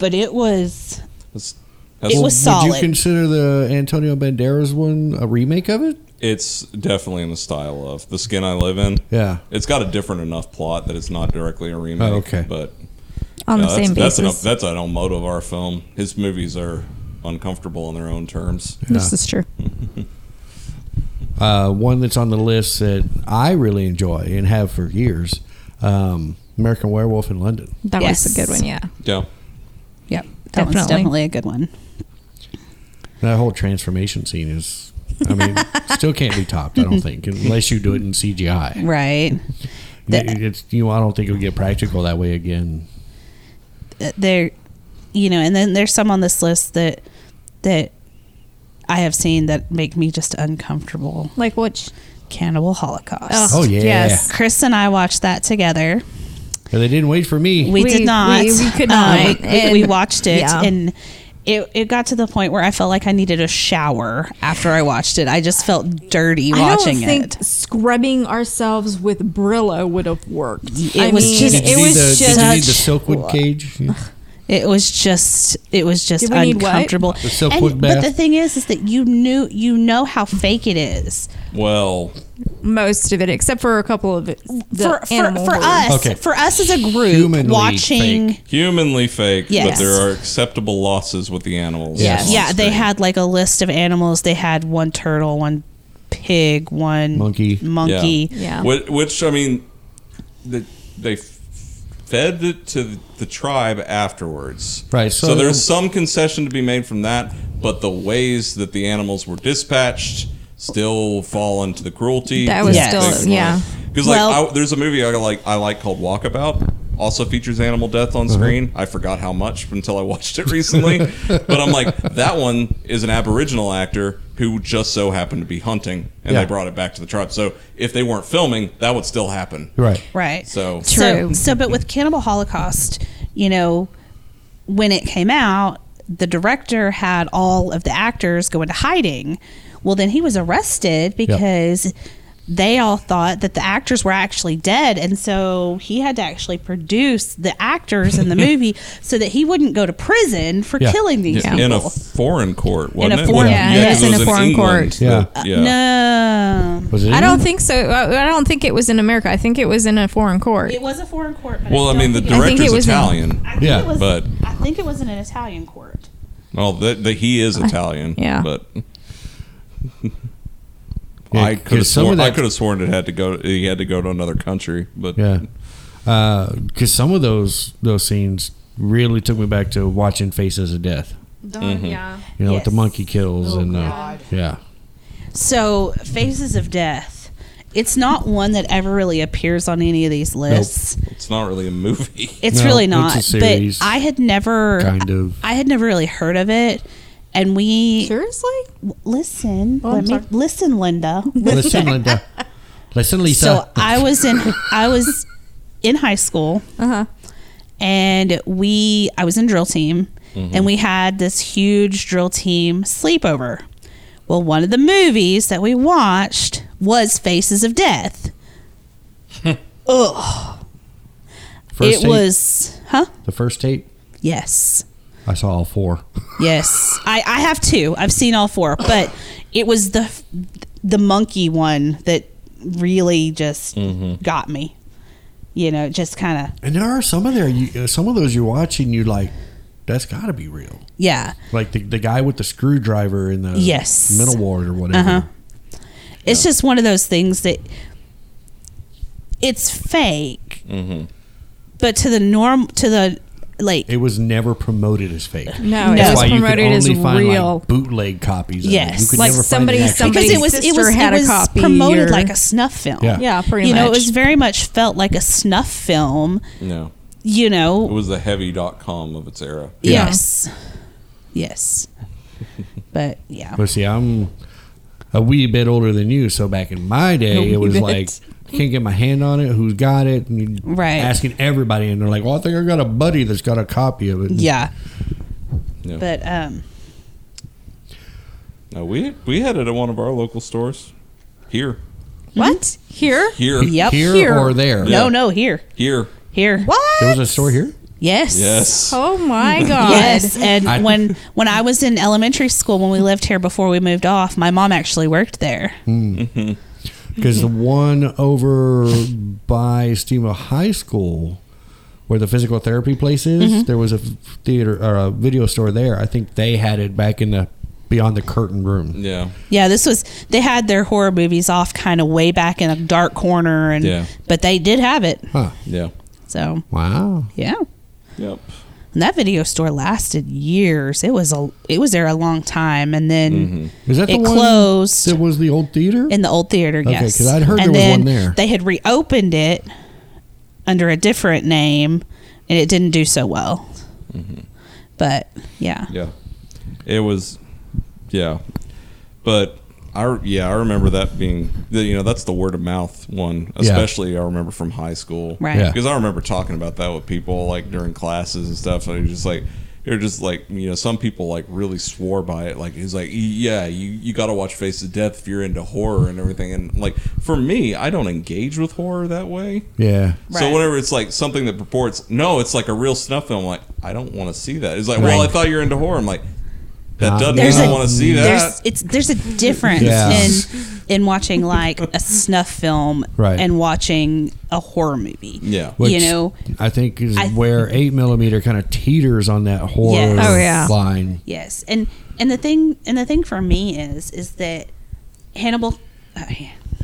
S3: but it was
S4: That's, that's,
S3: It was-
S2: Would
S3: solid.
S2: you consider the Antonio Banderas one a remake of it?
S4: it's definitely in the style of the skin I live in.
S2: Yeah.
S4: it's got a different enough plot that it's not directly a remake.
S2: Oh, okay.
S4: but
S5: on
S4: no,
S5: the
S4: that's,
S5: same
S4: that's an
S5: basis.
S4: that's an own motive of our film. His movies are uncomfortable on their own terms.
S5: This is true.
S2: Uh, one that's on the list that I really enjoy and have for years um, American Werewolf in London.
S5: That was
S3: Yes.
S5: a good one. Yeah.
S4: Yeah,
S3: yep. That one's
S5: Definitely.
S3: definitely a good one.
S2: That whole transformation scene is, I mean, still can't be topped, I don't think, unless you do it in CGI.
S3: Right.
S2: Mm-hmm. It- It's, you know, I don't think it'll get practical that way again.
S3: Uh, there you know and then there's some on this list that that i have seen that make me just uncomfortable
S5: Like which?
S3: cannibal holocaust
S2: Oh, yeah.
S5: Yes.
S3: chris and i watched that together
S2: But they didn't wait for me.
S3: we, did
S5: We-
S3: not
S5: we- we could not.
S3: Um, we, we
S5: And-
S3: watched it
S5: Yeah.
S3: and it, it got to the point where I felt like I needed a shower after I watched it. I just felt dirty watching
S5: I don't think
S3: it.
S5: scrubbing ourselves with Brillo would have worked.
S3: It
S5: I
S3: was
S5: mean,
S3: just-
S2: did you
S5: it
S2: need
S5: was
S2: the,
S5: just
S2: did you need the
S3: such-
S2: Silkwood cage?
S3: It was just it was just
S5: Did we need what?
S3: uncomfortable.
S2: The silk
S3: And-
S2: wood
S3: but
S2: bath?
S3: the thing is, is that you knew you know how fake it is.
S4: well,
S5: most of it, except for a couple of it.
S3: for,
S5: the
S3: for,
S5: animal
S3: for
S5: horror.
S3: us
S2: Okay.
S3: for us as a group
S2: Humanly
S3: watching
S2: fake.
S4: humanly fake,
S3: Yes.
S4: but there are acceptable losses with the animals.
S2: Yes.
S3: yeah they had like a list of animals they had one turtle one pig one
S2: Monkey.
S3: monkey
S5: Yeah.
S4: Which, which I mean, the, they f- fed it to the tribe afterwards.
S2: Right,
S4: So,
S2: so-
S4: there's some concession to be made from that, but the ways that the animals were dispatched still fall into the cruelty.
S5: That was
S3: Yes.
S5: still, yeah.
S4: Because like,
S3: Well-
S4: I, there's a movie I like. I like called Walkabout. Also features animal death
S2: Uh-huh.
S4: on screen. I forgot how much until I watched it recently. but I'm like, that one is an Aboriginal actor who just so happened to be hunting, and
S2: Yeah.
S4: they brought it back to the tribe. So if they weren't filming, that would still happen.
S2: Right.
S3: right
S4: So
S3: so
S5: True.
S3: so but with cannibal holocaust you know when it came out the director had all of the actors go into hiding well then he was arrested because they all thought that the actors were actually dead and so he had to actually produce the actors in the movie so that he wouldn't go to prison for
S2: Yeah.
S3: killing these people
S4: in a foreign court, wasn't
S3: a
S4: it?
S3: foreign-
S4: yeah,
S5: Yeah,
S4: 'cause
S5: in
S4: it was
S5: a
S4: in
S5: foreign
S4: England.
S5: court.
S2: Yeah.
S4: yeah.
S3: no
S2: Was it
S5: I don't
S2: England?
S5: think so. I I don't think it was in America. I think it was in a foreign court.
S3: It was a foreign court. But
S4: Well, I
S3: don't
S4: mean, the
S3: think it-
S5: think it
S4: director's
S5: was in-
S4: Italian.
S3: I think
S2: Yeah,
S3: it was,
S4: but-
S3: I think it was in an Italian court.
S4: Well, the, the, he is Italian.
S5: yeah.
S4: but
S2: Yeah,
S4: I could have
S2: 'cause some
S4: sworn
S2: of
S4: I
S2: that-
S4: could have sworn it had to go. He had to go to another country. But
S2: Yeah, because Uh, some of those those scenes really took me back to watching Faces of Death.
S5: Yeah.
S2: You know, with the
S3: Yes. Oh,
S2: monkey kills and uh, yeah,
S3: So, Faces of Death. It's not one that ever really appears on any of these lists.
S4: it's not really a movie.
S3: It's
S2: No,
S3: really
S2: it's
S3: not.
S2: a series.
S3: But I had never
S2: Kind of.
S3: I had never really heard of it. And we
S5: Seriously?
S3: listen.
S5: Oh, I'm
S3: let me
S5: sorry.
S3: listen, Linda.
S2: listen, Linda, listen, Lisa.
S3: So I was in I was in high school. And we I was in drill team
S2: Mm-hmm.
S3: and we had this huge drill team sleepover. Well, one of the movies that we watched was Faces of Death. Ugh.
S2: first
S3: it
S2: tape,
S3: was huh?
S2: the first tape.
S3: Yes.
S2: I saw all four.
S3: Yes. I, I have two. I've seen all four, but it was the the monkey one that really just
S2: Mm-hmm.
S3: got me. You know, just kind of
S2: And there are some of there, you, uh, some of those you watch and you like, that's got to be real.
S3: yeah.
S2: Like the, the guy with the screwdriver in the
S3: Yes.
S2: mental ward or whatever.
S3: Uh-huh. It's just one of those things that it's fake, but to the norm, to the like,
S2: It was never promoted as fake.
S5: No, it
S3: That's
S5: was
S2: Why you could
S5: promoted as
S2: only find
S5: real.
S2: like bootleg copies. of it.
S3: Yes.
S2: you could
S5: Like
S2: never find
S5: somebody-
S2: an actual
S5: somebody-
S3: because it was it
S5: sister
S3: was
S5: had
S3: it
S5: a
S3: was
S5: copy
S3: promoted
S5: or-
S3: like a snuff film.
S2: Yeah.
S5: Yeah, pretty
S3: you know, it
S5: much.
S3: was very much felt like a snuff film.
S4: No,
S3: You know,
S4: it was the heavy dot com of its era.
S2: Yeah.
S3: yes, yes, but yeah,
S2: But see, I'm a wee bit older than you. So back in my day,
S1: A
S2: it was
S1: wee bit.
S2: like, can't get my hand on it. Who's got it? And you
S3: Right.
S2: Asking everybody, and they're like, "Well, I think I got a buddy that's got a copy of it."
S3: Yeah.
S4: Yeah.
S3: But um,
S4: No, we we had it at one of our local stores. Here.
S5: What? Here?
S4: Here.
S3: yep.
S2: Here,
S5: Here.
S2: or there?
S3: No, no, here.
S4: Here.
S3: Here.
S5: What?
S2: There was a store here.
S3: Yes.
S4: Yes.
S5: Oh my god.
S3: Yes, and
S2: I-
S3: when when I was in elementary school, when we lived here before we moved off, my mom actually worked there.
S2: Hmm. Because the one over by Steamo High School, where the physical therapy place is,
S3: Mm-hmm.
S2: there was a theater or a video store there. I think they had it back in the beyond the curtain room.
S4: Yeah.
S3: Yeah, this was they had their horror movies off kind of way back in a dark corner, and
S4: Yeah.
S3: but they did have it.
S2: Huh.
S4: Yeah.
S3: So
S2: Wow.
S3: yeah,
S4: Yep.
S3: and that video store lasted years. It was a it was there a long time, and then
S2: Mm-hmm. Is that the
S3: it
S2: one
S3: closed
S2: that was the old theater?
S3: in the old theater. yes,
S2: 'cause I'd heard
S3: and
S2: there was one
S3: then
S2: there.
S3: They had reopened it under a different name, and it didn't do so well.
S2: Mm-hmm.
S3: But yeah,
S4: Yeah. It was yeah. But I yeah, I remember that being you know, that's the word of mouth one, especially I remember from high school.
S3: Right.
S2: Yeah.
S4: Because I remember talking about that with people like during classes and stuff and it was just like they were just like you know, some people like really swore by it. Like he's like, yeah, you, you got to watch Face of Death if you're into horror and everything. And like for me, I don't engage with horror that way.
S2: yeah.
S3: Right.
S4: So whenever it's like something that purports, no, it's like a real snuff film. I'm like I don't want to see that. It's like, well,
S2: Right.
S4: I thought you were into horror. I'm like,
S2: Nah.
S4: that doesn't.
S3: There's
S4: I don't
S3: a-
S4: want to see
S3: there's
S4: that.
S3: it's there's a difference
S2: Yeah.
S3: in in watching like a snuff film
S2: Right.
S3: and watching a horror movie.
S4: Yeah.
S3: you know,
S2: I think is
S3: I-
S2: where eight millimeter kind of teeters on that horror
S3: Yes.
S5: Oh, yeah.
S2: line.
S3: Yes, and and the thing and the thing for me is is that Hannibal, uh,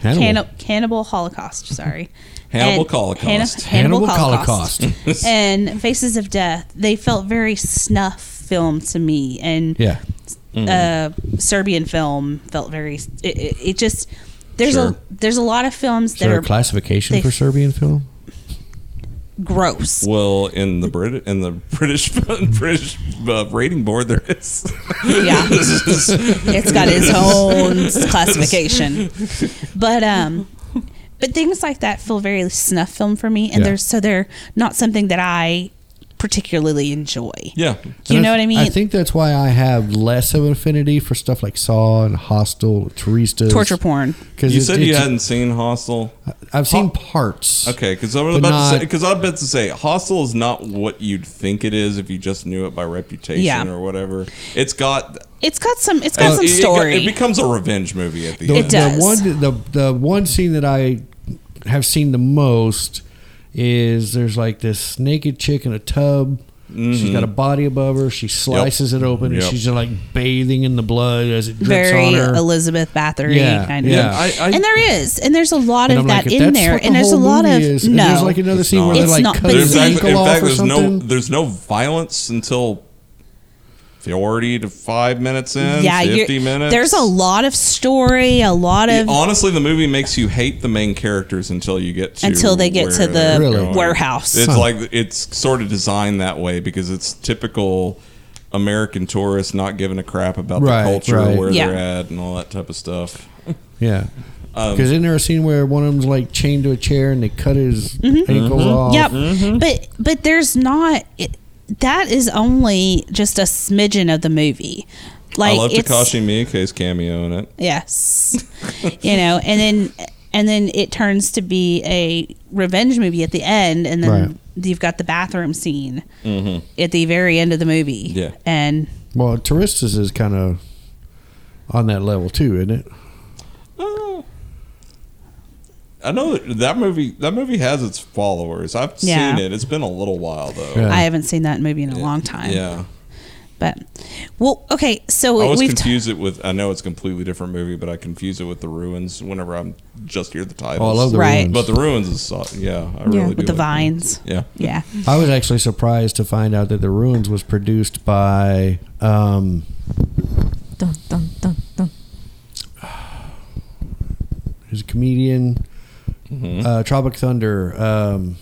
S2: Hannibal.
S3: Cannibal, Cannibal Holocaust. Sorry,
S4: Hannibal
S3: And-
S4: Holocaust.
S3: Hanna-
S2: Hannibal
S3: Hannibal,
S2: Holocaust.
S3: Holocaust, and Faces of Death. They felt very snuff film to me, and
S2: Yeah.
S4: Mm.
S3: uh, Serbian film felt very. It, it, it just there's
S4: Sure.
S3: a there's a lot of films
S2: Is
S3: that
S2: there
S3: are
S2: a classification
S3: they-
S2: for Serbian film?
S3: gross.
S4: Well, in the Brit in the British British uh, rating board, there is.
S3: yeah it's got its own classification but um but things like that feel very snuff film for me and
S2: Yeah.
S3: they're so they're not something that i particularly enjoy
S4: yeah,
S3: do you
S2: And
S3: know
S2: I
S3: what i
S2: th-
S3: mean
S2: I think that's why I have less of an affinity for stuff like Saw and Hostel, Teresa.
S3: torture porn
S2: Because
S4: you said you hadn't seen Hostel.
S2: I've seen parts.
S4: Okay, because I was
S2: But
S4: about
S2: not-
S4: to say because I was about to say Hostel is not what you'd think it is if you just knew it by reputation
S3: Yeah.
S4: or whatever. It's got
S3: it's got some it's got
S4: it-
S3: some
S4: it-
S3: story
S4: It, becomes a revenge movie at the
S2: The,
S4: end.
S3: It does.
S2: The one, the, the one scene that I have seen the most is there's like this naked chick in a tub. She's got a body above her. She slices it open and
S4: Mm-hmm. Yep.
S2: she's like bathing in the blood as it drips on
S3: very
S2: her.
S3: elizabeth bathory
S2: Yeah,
S3: kind of
S2: yeah.
S4: I- I-
S3: and there is and there's a lot
S2: And
S3: of
S2: I'm
S3: that
S2: like, if
S3: in
S2: that's
S3: there
S2: what the
S3: and there's a
S2: whole
S3: lot of
S2: movie is, and
S3: no
S2: there's like another scene where
S4: not.
S2: they
S3: It's
S2: like
S3: not,
S2: cut
S3: but
S2: his
S4: There's
S3: it's-
S4: act-
S2: ankle
S4: in
S2: off
S4: fact,
S2: or
S4: there's
S2: something.
S4: no there's no violence until forty to five minutes in.
S3: yeah you're-
S4: fifty minutes.
S3: there's a lot of story a lot of
S4: Honestly, the movie makes you hate the main characters until you get to
S3: Until they get
S4: where
S3: to the
S4: they're
S2: Really?
S4: going.
S3: warehouse.
S4: It's
S2: Huh.
S4: like it's sort of designed that way because it's typical American tourists not giving a crap about
S2: Right,
S4: the culture
S2: right.
S4: where
S3: Yeah.
S4: they're at and all that type of stuff.
S2: Yeah.
S4: Um,
S2: Because isn't there a scene where one of them's like chained to a chair and they cut his
S4: Mm-hmm.
S2: ankles off?
S3: Mm-hmm. Yep. But but there's not it, that is only just a smidgen of the movie. Like
S4: I love
S3: it's-
S4: Takashi Miike's cameo in it.
S3: Yes. you know, and then and then it turns to be a revenge movie at the end and then
S2: Right.
S3: you've got the bathroom scene at the very end of the movie.
S4: Mm-hmm. Yeah.
S3: And
S2: Well, Taristus is kind of on that level too, isn't it?
S1: Mm-hmm.
S4: I know that, that movie. That movie has its followers. I've
S3: Yeah.
S4: seen it. It's been a little while though.
S2: Yeah.
S3: I haven't seen that movie in a long time.
S4: Yeah.
S3: But well, okay, so
S4: I always
S3: we've
S4: confuse it with. I know it's a completely different movie, but I confuse it with the ruins whenever I'm just hear the title.
S2: Oh, I love the
S3: Right.
S2: ruins.
S4: But the ruins is so- yeah, I really
S5: Yeah.
S4: do
S3: with the
S4: like
S3: vines.
S4: that. Yeah,
S3: Yeah.
S2: I was actually surprised to find out that the ruins was produced by um,
S1: Dun, dun, dun, dun.
S2: his comedian uh, Tropic Thunder. Um,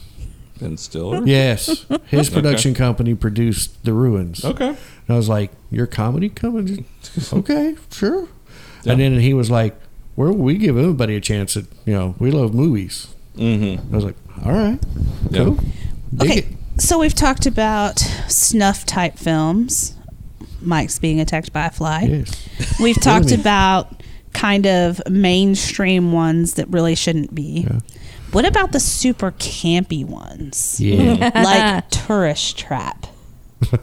S4: and Stiller.
S2: yes, his production company produced the ruins.
S4: Okay.
S2: And I was like, "Your comedy company? Okay, sure." And then he was like, "Well, we give everybody a chance at you know we love movies." Mm-hmm. I was like, "All right,
S4: Yeah.
S2: cool." Dig
S3: Okay,
S2: it.
S3: so we've talked about snuff type films. Mike's being attacked by a fly.
S2: Yes.
S3: We've talked
S2: me.
S3: about kind of mainstream ones that really shouldn't be.
S2: Yeah.
S3: What about the super campy ones?
S2: Yeah.
S3: like Tourist Trap.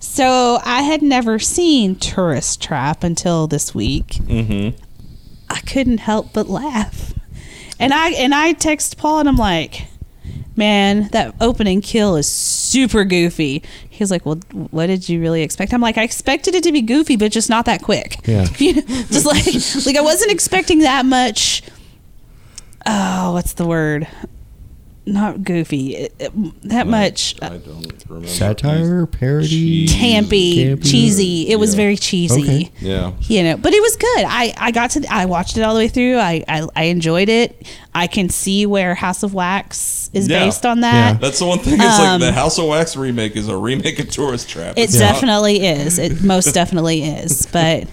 S3: so I had never seen Tourist Trap until this week. Mm-hmm. I couldn't help but laugh, and I and I text Paul and I'm like, "Man, that opening kill is super goofy." He's like, "Well, what did you really expect?" I'm like, "I expected it to be goofy, but just not that quick."
S2: Yeah.
S3: You know, just like like I wasn't expecting that much. Oh, what's the word? Not goofy. It- it- that much uh,
S4: I don't remember.
S2: Satire, parody.
S4: Jeez.
S3: campy,
S2: Campy.
S3: cheesy. It was
S4: Yeah.
S3: very cheesy.
S2: Okay.
S4: Yeah.
S3: You know, but it was good. I, I got to the- I watched it all the way through. I, I I enjoyed it. I can see where House of Wax is
S4: Yeah.
S3: based on that.
S4: That's the one thing. It's like the House of Wax remake is a remake of Tourist Trap.
S3: Um, It
S4: It's not-
S3: definitely is. It most definitely is. But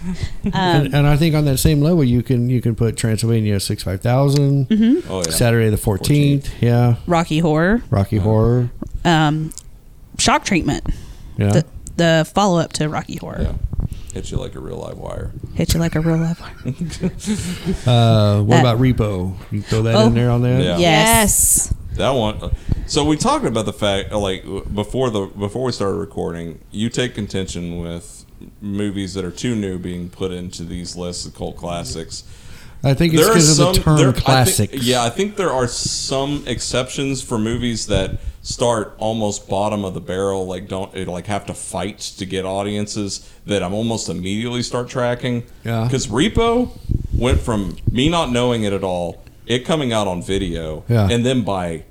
S3: um,
S2: And, and I think on that same level, you can you can put Transylvania six five
S3: Mm-hmm.
S4: Oh, yeah.
S2: Saturday the fourteenth. Yeah,
S3: Rocky Horror,
S2: Rocky Horror.
S3: um, Shock Treatment,
S2: Yeah,
S3: the the follow up to Rocky Horror,
S4: Yeah. Hits you like a real live wire.
S3: hit you like a real love.
S2: Uh, what
S3: Uh,
S2: about Repo? You throw that
S3: Oh.
S2: in there on that.
S4: Yeah.
S5: Yes.
S4: That one. So we talked about the fact, like before the before we started recording, you take contention with movies that are too new being put into these lists of cult classics.
S2: I think it's because of the term
S4: there- I think-
S2: classics.
S4: yeah, I think there are some exceptions for movies that start almost bottom of the barrel, like don't it, like have to fight to get audiences that I'm almost immediately start tracking.
S2: Yeah.
S4: because Repo went from me not knowing it at all, it coming out on video,
S2: Yeah.
S4: and then by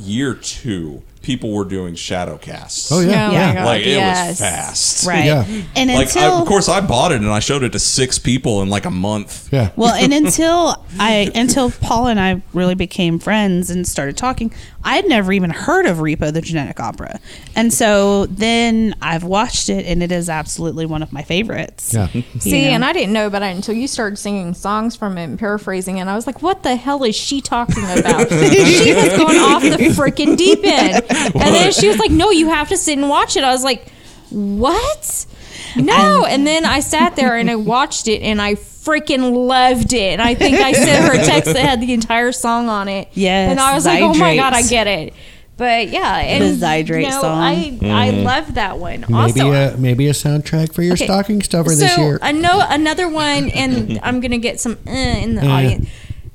S4: year two, people were doing shadow casts.
S2: Oh, yeah.
S5: Oh
S3: Yeah.
S5: my god.
S4: like it was
S5: yes.
S4: fast.
S3: Right.
S2: Yeah.
S3: And
S4: Like
S3: until
S4: I, of course I bought it and I showed it to six people in like a month.
S2: Yeah.
S3: Well, and until I until Paul and I really became friends and started talking, I had never even heard of Repo the Genetic Opera. And so then I've watched it and it is absolutely one of my favorites.
S2: yeah.
S5: See,
S3: know.
S5: and I didn't know about it until you started singing songs from it and paraphrasing, and I was like, "What the hell is she talking about?" she was going off the freaking deep end, and then she was like, "No, you have to sit and watch it." I was like, "What? No!" And then I sat there and I watched it, and I freaking loved it. And I think I sent her a text that had the entire song on it.
S3: Yes,
S5: and I was like, "Oh my god, I
S3: Zydrates.
S5: get it." But yeah, and
S3: Zydrate
S5: no,
S3: song.
S5: I I love that one.
S2: Maybe uh,
S5: also,
S2: a maybe a soundtrack for your
S5: Okay.
S2: stocking stuffer this
S5: So,
S2: year.
S5: I know another one, and I'm gonna get some uh, in the
S2: Yeah.
S5: audience.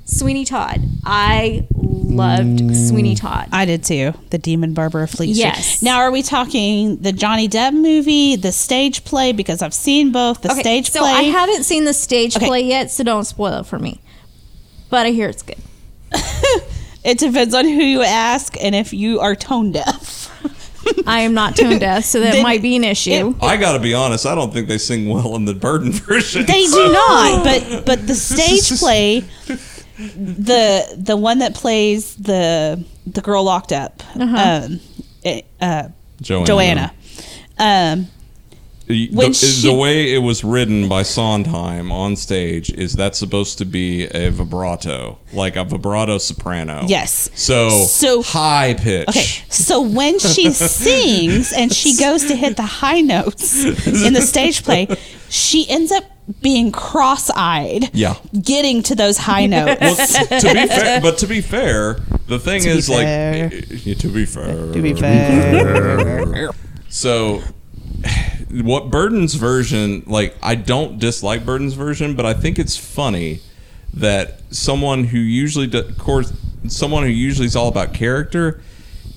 S5: Sweeney Todd. I loved
S2: Mm.
S5: Sweeney Todd.
S3: I did too. The Demon Barber of Fleet Street.
S5: Yes.
S3: Now, are we talking the Johnny Depp movie, the stage play? Because I've seen both the stage
S5: so
S3: play.
S5: I haven't seen the stage
S3: Okay.
S5: play yet, so don't spoil it for me. But I hear it's good.
S3: it depends on who you ask and if you are tone deaf.
S5: I am not tone deaf, so that
S3: Then
S5: might be an issue.
S4: I gotta be honest, I don't think they sing well in the Burden version.
S3: They do not. But but the stage play, the the one that plays the the girl locked up,
S4: Uh-huh.
S3: um, eh, uh,
S4: Joanna.
S3: Joanna. Um,
S4: The,
S3: When
S4: the
S3: she-
S4: way it was written by Sondheim on stage is that's supposed to be a vibrato, like a vibrato soprano.
S3: Yes.
S4: So,
S3: So-
S4: high pitch.
S3: okay, so when she sings and she goes to hit the high notes in the stage play, she ends up being cross-eyed.
S4: Yeah.
S3: getting to those high notes.
S4: Well, to be fair, but to be fair, the thing
S3: be
S4: is like
S3: fair.
S4: eh, to be fair.
S3: to be fair,
S4: So what Burden's version like I don't dislike Burden's version, but I think it's funny that someone who usually do, of course someone who usually is all about character,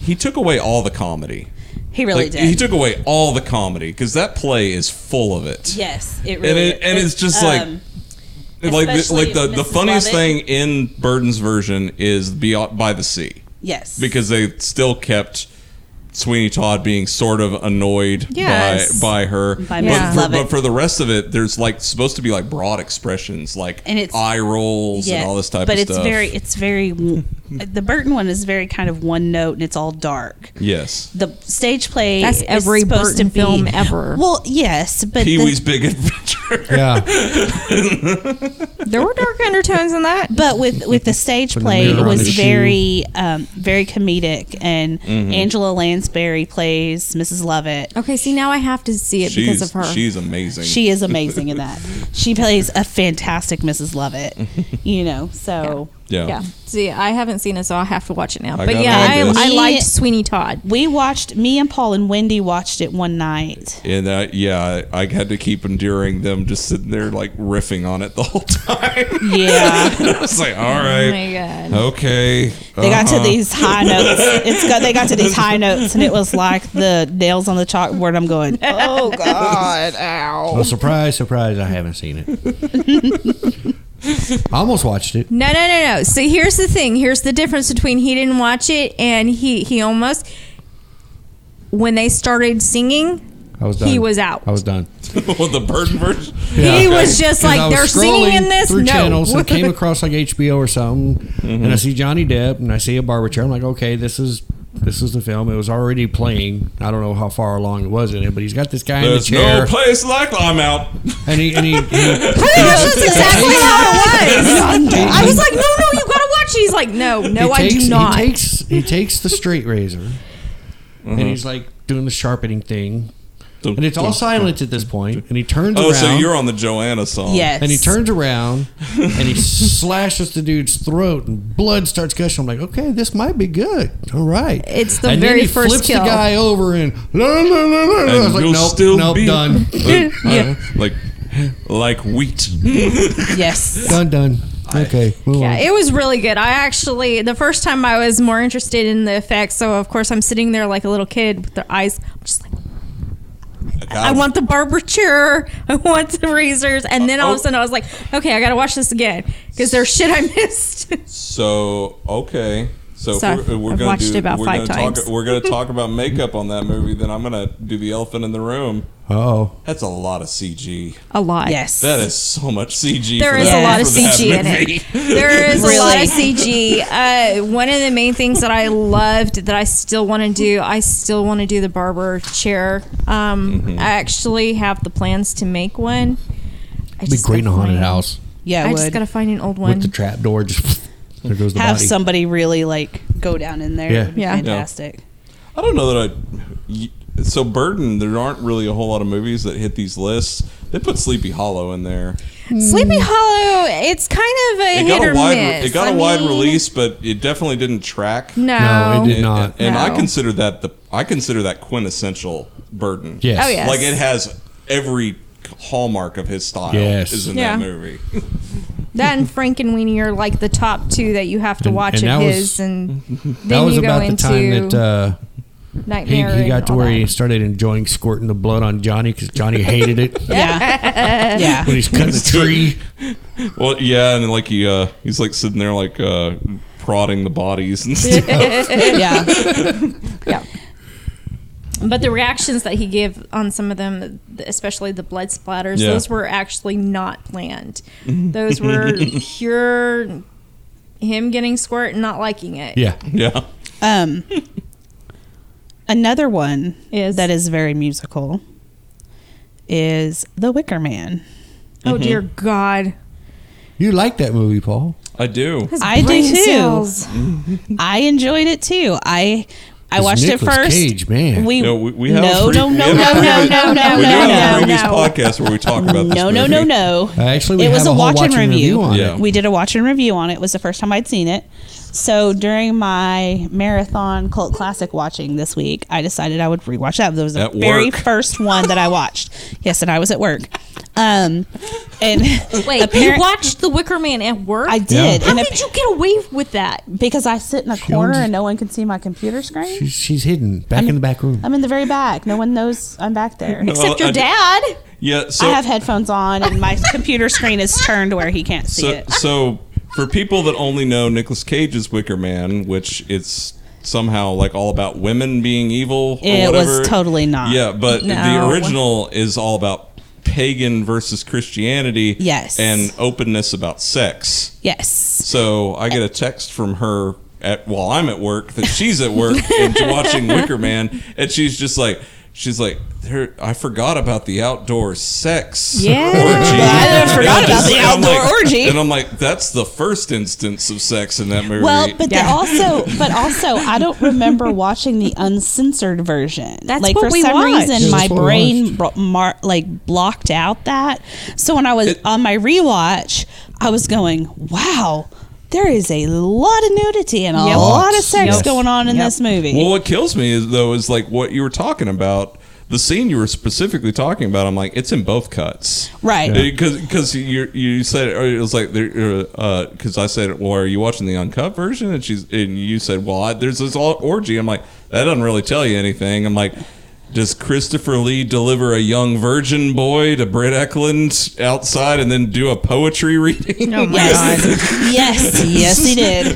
S4: he took away all the comedy.
S3: he really
S4: like,
S3: did.
S4: He took away all the comedy because that play is full of it.
S3: yes, it really
S4: and it, and it's just like.
S3: um,
S4: like the,
S3: especially
S4: like the, the
S3: Mrs.
S4: funniest thing
S3: Lovett.
S4: in Burden's version is be by the sea
S3: yes
S4: because they still kept Sweeney Todd being sort of annoyed
S3: Yes.
S4: by by her,
S3: By
S5: Yeah.
S4: but, for,
S3: Love it.
S4: but for the rest of it, there's like supposed to be like broad expressions, like
S3: And it's-
S4: eye rolls and all this type
S3: but
S4: of
S3: it's
S4: stuff.
S3: very it's very the Burton one is very kind of one note and it's all dark.
S4: yes,
S3: The stage play
S5: That's
S3: is
S5: every
S3: supposed
S5: Burton
S3: to be,
S5: film ever.
S3: Well, yes, but
S4: Pee
S3: the-
S4: Wee's Big Adventure.
S2: Yeah.
S5: There were dark undertones in that.
S3: but with with the stage
S2: the
S3: play,
S2: mirror
S3: it
S2: on
S3: was
S2: his shoe.
S3: very um, very comedic, and
S4: Mm-hmm.
S3: Angela Lansbury plays Mrs. Lovett.
S5: Okay, see now I have to see it because
S4: She's
S5: of her.
S4: she's amazing.
S3: She is amazing in that. She plays a fantastic Mrs. Lovett. You know, so
S4: yeah.
S5: yeah. See, I haven't seen it, so I have to watch it now.
S4: I
S5: but
S4: got
S5: yeah,
S4: all
S5: I,
S4: this.
S5: I
S3: Me-
S5: liked Sweeney Todd. Oh
S3: we watched. Me and Paul and Wendy watched it one night.
S4: And I, yeah, I, I had to keep enduring them just sitting there like riffing on it the whole time.
S3: Yeah.
S4: I was like, all
S5: Oh
S4: right,
S5: my god.
S4: okay.
S3: They got
S2: Uh-huh.
S3: to these high notes. It's got they got to these high notes, and it was like the nails on the chalkboard. I'm going, oh god, ow.
S2: Well, surprise, surprise, I haven't seen it. I almost watched it.
S5: No, no, no, no. So here's the thing. Here's the difference between he didn't watch it and he he almost. When they started singing,
S2: I was done.
S5: He was out.
S2: I was done.
S4: well, Uh, the Burton version.
S5: he
S2: Yeah.
S5: was just
S2: Because I
S5: like
S2: was
S5: they're singing
S2: scrolling
S5: in this.
S2: through
S5: No,
S2: channels and came across like HBO or something, and
S4: Mm-hmm.
S2: I see Johnny Depp and I see a barber chair. I'm like, okay, this is this is the film. It was already playing. I don't know how far along it was in it, but he's got this guy
S4: There's
S2: in the chair,
S4: no place like oh, I'm out.
S2: and he and he, he
S5: that's exactly how it was. I was
S2: he-
S5: like, no, no, you gotta watch it. He's like, no, no,
S2: he
S5: I
S2: takes,
S5: do not.
S2: He takes he takes the straight razor, and
S4: Mm-hmm.
S2: he's like doing the sharpening thing, and it's all silent at this point, And he turns
S4: Oh,
S2: around.
S4: so you're on the Joanna song.
S3: Yes.
S2: And he turns around and he slashes the dude's throat and blood starts gushing. I'm like, okay, this might be good. All right.
S5: It's the
S2: and
S5: very
S2: then he
S5: first
S2: flips
S5: kill.
S2: the guy over and la la la la. la. I
S4: And
S2: was like,
S4: you'll
S2: nope,
S4: still
S2: nope,
S4: be
S2: done,
S4: yeah. like like wheat.
S3: Yes.
S2: done, done. Okay, move
S5: Yeah,
S2: on.
S5: it was really good. I actually the first time I was more interested in the effects, so of course I'm sitting there like a little kid with their eyes I'm just like I
S4: Um,
S5: want the barber chair, I want the razors, and then all of a sudden I was like, okay, I gotta watch this again because there's shit I missed.
S4: So okay. So, if
S5: So I've-
S4: we're, we're
S5: I've
S4: gonna
S5: watched
S4: do,
S5: it about
S4: we're
S5: five
S4: gonna
S5: times.
S4: Talk, we're gonna talk about makeup on that movie. Then I'm gonna do the elephant in the room.
S2: Oh,
S4: That's a lot of CG.
S5: a lot.
S3: Yes.
S4: That is so much CG.
S5: There
S4: for
S5: is
S4: that,
S5: a lot of
S4: for that
S5: CG in
S4: movie.
S5: it. There is a lot
S3: Really?
S5: of CG. Uh, one of the main things that I loved that I still want to do, I still want to do the barber chair. Um, I actually have the plans to make one. I
S2: be
S5: just
S2: great in a
S5: gotta
S2: haunted
S5: find-
S2: house
S3: Yeah.
S5: I
S3: I
S5: just
S3: would
S5: gotta find an old one.
S2: with the trap door. Just there goes the
S3: have
S2: body.
S3: somebody really like go down in there.
S2: Yeah.
S3: It'd be
S5: Yeah.
S3: Fantastic.
S4: I don't know that I. So Burden, there aren't really a whole lot of movies that hit these lists. They put Sleepy Hollow in there.
S5: Sleepy Hollow. It's kind of a
S4: It
S5: hit
S4: got
S5: or
S4: a wide.
S5: miss.
S4: It got
S5: a
S4: a wide release, but it definitely didn't track.
S5: No.
S2: No, it did
S4: And-
S2: not.
S4: And I
S5: No.
S4: consider that the I consider that quintessential Burden.
S2: Yes.
S5: Oh, yeah.
S4: Like it has every hallmark of his style
S2: Yes.
S4: is in
S5: Yeah.
S4: that movie.
S5: That and Frank and Weenie are like the top two that you have to
S2: And-
S5: watch
S2: and
S5: of
S2: that was-
S5: his, and then
S2: That was
S5: you go
S2: about the
S5: into
S2: time that uh, he,
S5: Nightmare.
S2: he
S5: and
S2: got to
S5: all
S2: where
S5: that.
S2: he started enjoying squirting the blood on Johnny because Johnny hated it
S3: Yeah. yeah.
S2: when he's cutting the tree.
S4: Well, yeah, and like he uh he's like sitting there like uh prodding the bodies and stuff.
S3: Yeah.
S5: yeah. But the reactions that he gave on some of them, especially the blood splatters,
S4: Yeah.
S5: those were actually not planned. Those were pure him getting squirt and not liking it.
S2: Yeah,
S4: yeah.
S3: Um. Another one
S5: Is-
S3: that is very musical is The Wicker Man.
S5: Oh
S2: Mm-hmm.
S5: dear God.
S2: you like that movie, Paul?
S4: I do.
S5: His
S3: I do
S5: brain
S3: too.
S5: cells.
S3: I enjoyed it too. I I
S2: It's
S3: watched it
S2: Nicolas
S3: first.
S2: Cage, man.
S3: We,
S4: No, we- we have a
S3: no,
S4: pre-
S3: no,
S4: we
S3: no,
S4: have a
S3: no, no,
S4: previous-
S3: no, no,
S4: we do have
S3: no,
S4: a previous
S5: no.
S4: podcast where we talk about this.
S3: no, no, no,
S4: movie.
S3: no.
S2: Uh, Actually, we
S3: it was
S2: have
S3: a,
S2: a whole
S3: watch and review.
S2: on
S4: Yeah.
S2: it.
S3: We did a watch and review on it. It was the first time I'd seen it. So during my marathon cult classic watching this week, I decided I would rewatch that. That was the
S4: At
S3: very
S4: work.
S3: first one that I watched. yes, and I was at work. Um, and
S5: Wait,
S3: apparent-
S5: you watched The Wicker Man at work?
S3: I did.
S5: How
S3: And
S5: did you get away with that?
S3: because I sit in a corner
S2: owns-
S3: and no one can see my computer screen.
S2: She's, she's hidden back in the back room.
S3: I'm in the very back. No one knows I'm back there.
S5: Except
S4: Well,
S5: your
S4: I-
S5: dad.
S4: Yeah, so
S3: I have headphones on and my computer screen is turned where he can't see
S4: so,
S3: it.
S4: so for people that only know Nicolas Cage's Wicker Man, which it's somehow like all about women being evil. Or
S3: It was
S4: whatever.
S3: totally not.
S4: Yeah, but the
S5: No.
S4: original is all about pagan versus Christianity.
S3: Yes.
S4: and openness about sex.
S3: Yes.
S4: So I get a text from her at while I'm at work that she's at work and watching Wicker Man, and she's just like, she's like, there, I forgot about the outdoor sex
S5: Yeah.
S4: orgy.
S3: I forgot
S4: And I'm
S3: about the
S4: and I'm
S3: outdoor
S4: like-
S3: orgy.
S4: and I'm like, that's the first instance of sex in that movie.
S3: Well, but
S5: Yeah.
S3: they also, but also, I don't remember watching the uncensored version.
S5: That's
S3: like
S5: what
S3: for
S5: we
S3: some
S5: watched.
S3: reason,
S2: Yeah,
S3: my
S2: that's what we
S3: brain bro- mar- like blocked out that. So when I was
S4: It-
S3: on my rewatch, I was going, "Wow, there is a lot of nudity and a
S5: Yep.
S3: lot of sex
S2: Yes.
S3: going on in
S5: Yep.
S3: this movie."
S4: Well, what kills me is though is like what you were talking about. The scene you were specifically talking about, I'm like, it's in both cuts,
S3: Right. Yeah.
S4: Because because Uh, you you said or it was like there because I said, well, are you watching the uncut version? And she's and you said, well, I, there's this all orgy. I'm like, that doesn't really tell you anything. I'm like. Does Christopher Lee deliver a young virgin boy to Britt Eklund outside and then do a poetry reading?
S5: Oh my
S3: Yes.
S5: god.
S3: yes, yes, he did.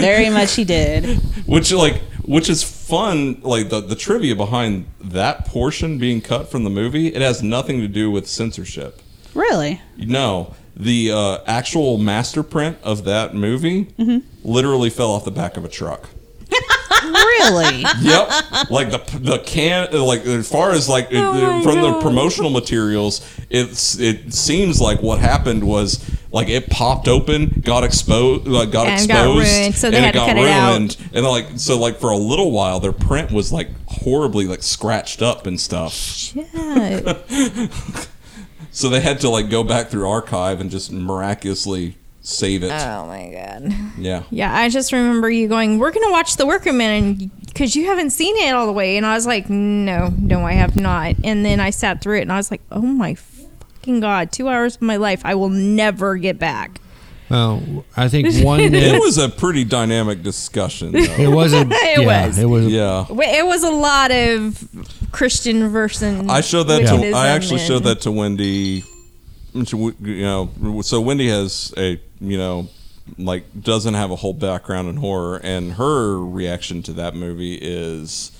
S3: Very much, he did.
S4: which like which is fun like the, the trivia behind that portion being cut from the movie it has nothing to do with censorship
S3: Really?
S4: no the uh, actual master print of that movie
S5: Mm-hmm.
S4: literally fell off the back of a truck
S3: Really?
S4: yep like the the can like as far as like it-
S5: Oh my
S4: from the
S5: God.
S4: promotional materials it's it seems like what happened was like it popped open got exposed like got
S5: And got
S4: exposed
S5: ruined, so they
S4: and
S5: had to cut it out.
S4: and like so like for a little while their print was like horribly like scratched up and stuff
S5: Shit.
S4: so they had to like go back through archive and just miraculously save it
S5: Oh my god.
S4: yeah
S5: Yeah, I just remember you going, "We're gonna watch The Worker Man," because you haven't seen it all the way, and I was like, "No, no, I have not." And then I sat through it, and I was like, "Oh my fucking god, two hours of my life, I will never get back."
S2: Well, I think one.
S4: it
S2: That,
S4: was a pretty dynamic discussion though.
S2: it wasn't.
S5: It
S2: yeah,
S5: was.
S2: It was.
S4: yeah
S5: Wa- It was a lot of Christian versus.
S4: I showed that to.
S5: witches
S4: I
S5: and
S4: actually
S5: then-
S4: showed that to Wendy. which we- You know, so Wendy has a you know, like doesn't have a whole background in horror, and her reaction to that movie is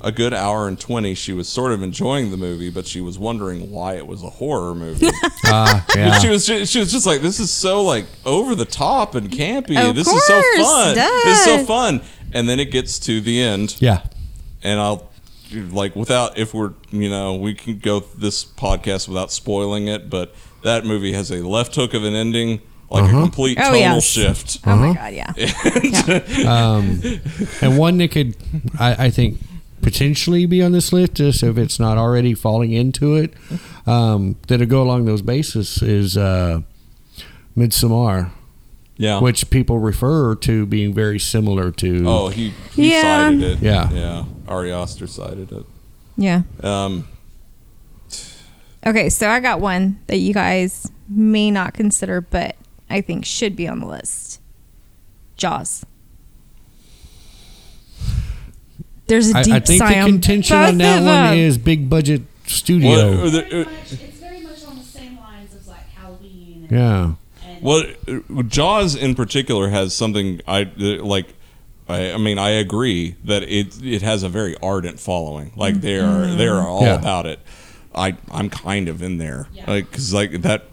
S4: a good hour and twenty. She was sort of enjoying the movie, but she was wondering why it was a horror movie.
S2: Ah, yeah.
S4: She was just, she was just like, this is so like over the top and campy.
S5: Of
S4: this is so
S5: course,
S4: fun. This is
S5: duh."
S4: so fun. And then it gets to the end
S2: yeah.
S4: and I'll like without if we're you know we can go this podcast without spoiling it, but that movie has a left hook of an ending, like a complete
S5: Oh,
S4: total
S5: yes.
S4: shift.
S5: Oh my god, yeah.
S2: And one that could, I, I think, potentially be on this list, just if it's not already falling into it, um, that'll go along those bases is uh, Midsommar,
S4: Yeah.
S2: which people refer to being very similar to.
S4: oh, he, he
S5: Yeah.
S4: cited it.
S2: Yeah.
S4: Yeah. Ari Oster cited it.
S5: Yeah.
S4: Um,
S5: Okay, so I got one that you guys may not consider, but I think should be on the list. Jaws. There's a
S2: I,
S5: deep
S2: I think
S5: sigh
S2: the
S5: on
S2: contention
S5: both
S2: on that
S5: of
S2: one
S5: them.
S2: is big budget studio.
S4: well,
S6: very
S4: the- uh,
S6: much, it's very much on the same lines of like Halloween. And,
S2: yeah.
S6: And
S4: Well, uh, Jaws in particular has something I uh, like. I, I mean, I agree that it it has a very ardent following. Like they are they are all
S2: Yeah.
S4: about it. I I'm kind of in there, like because like that.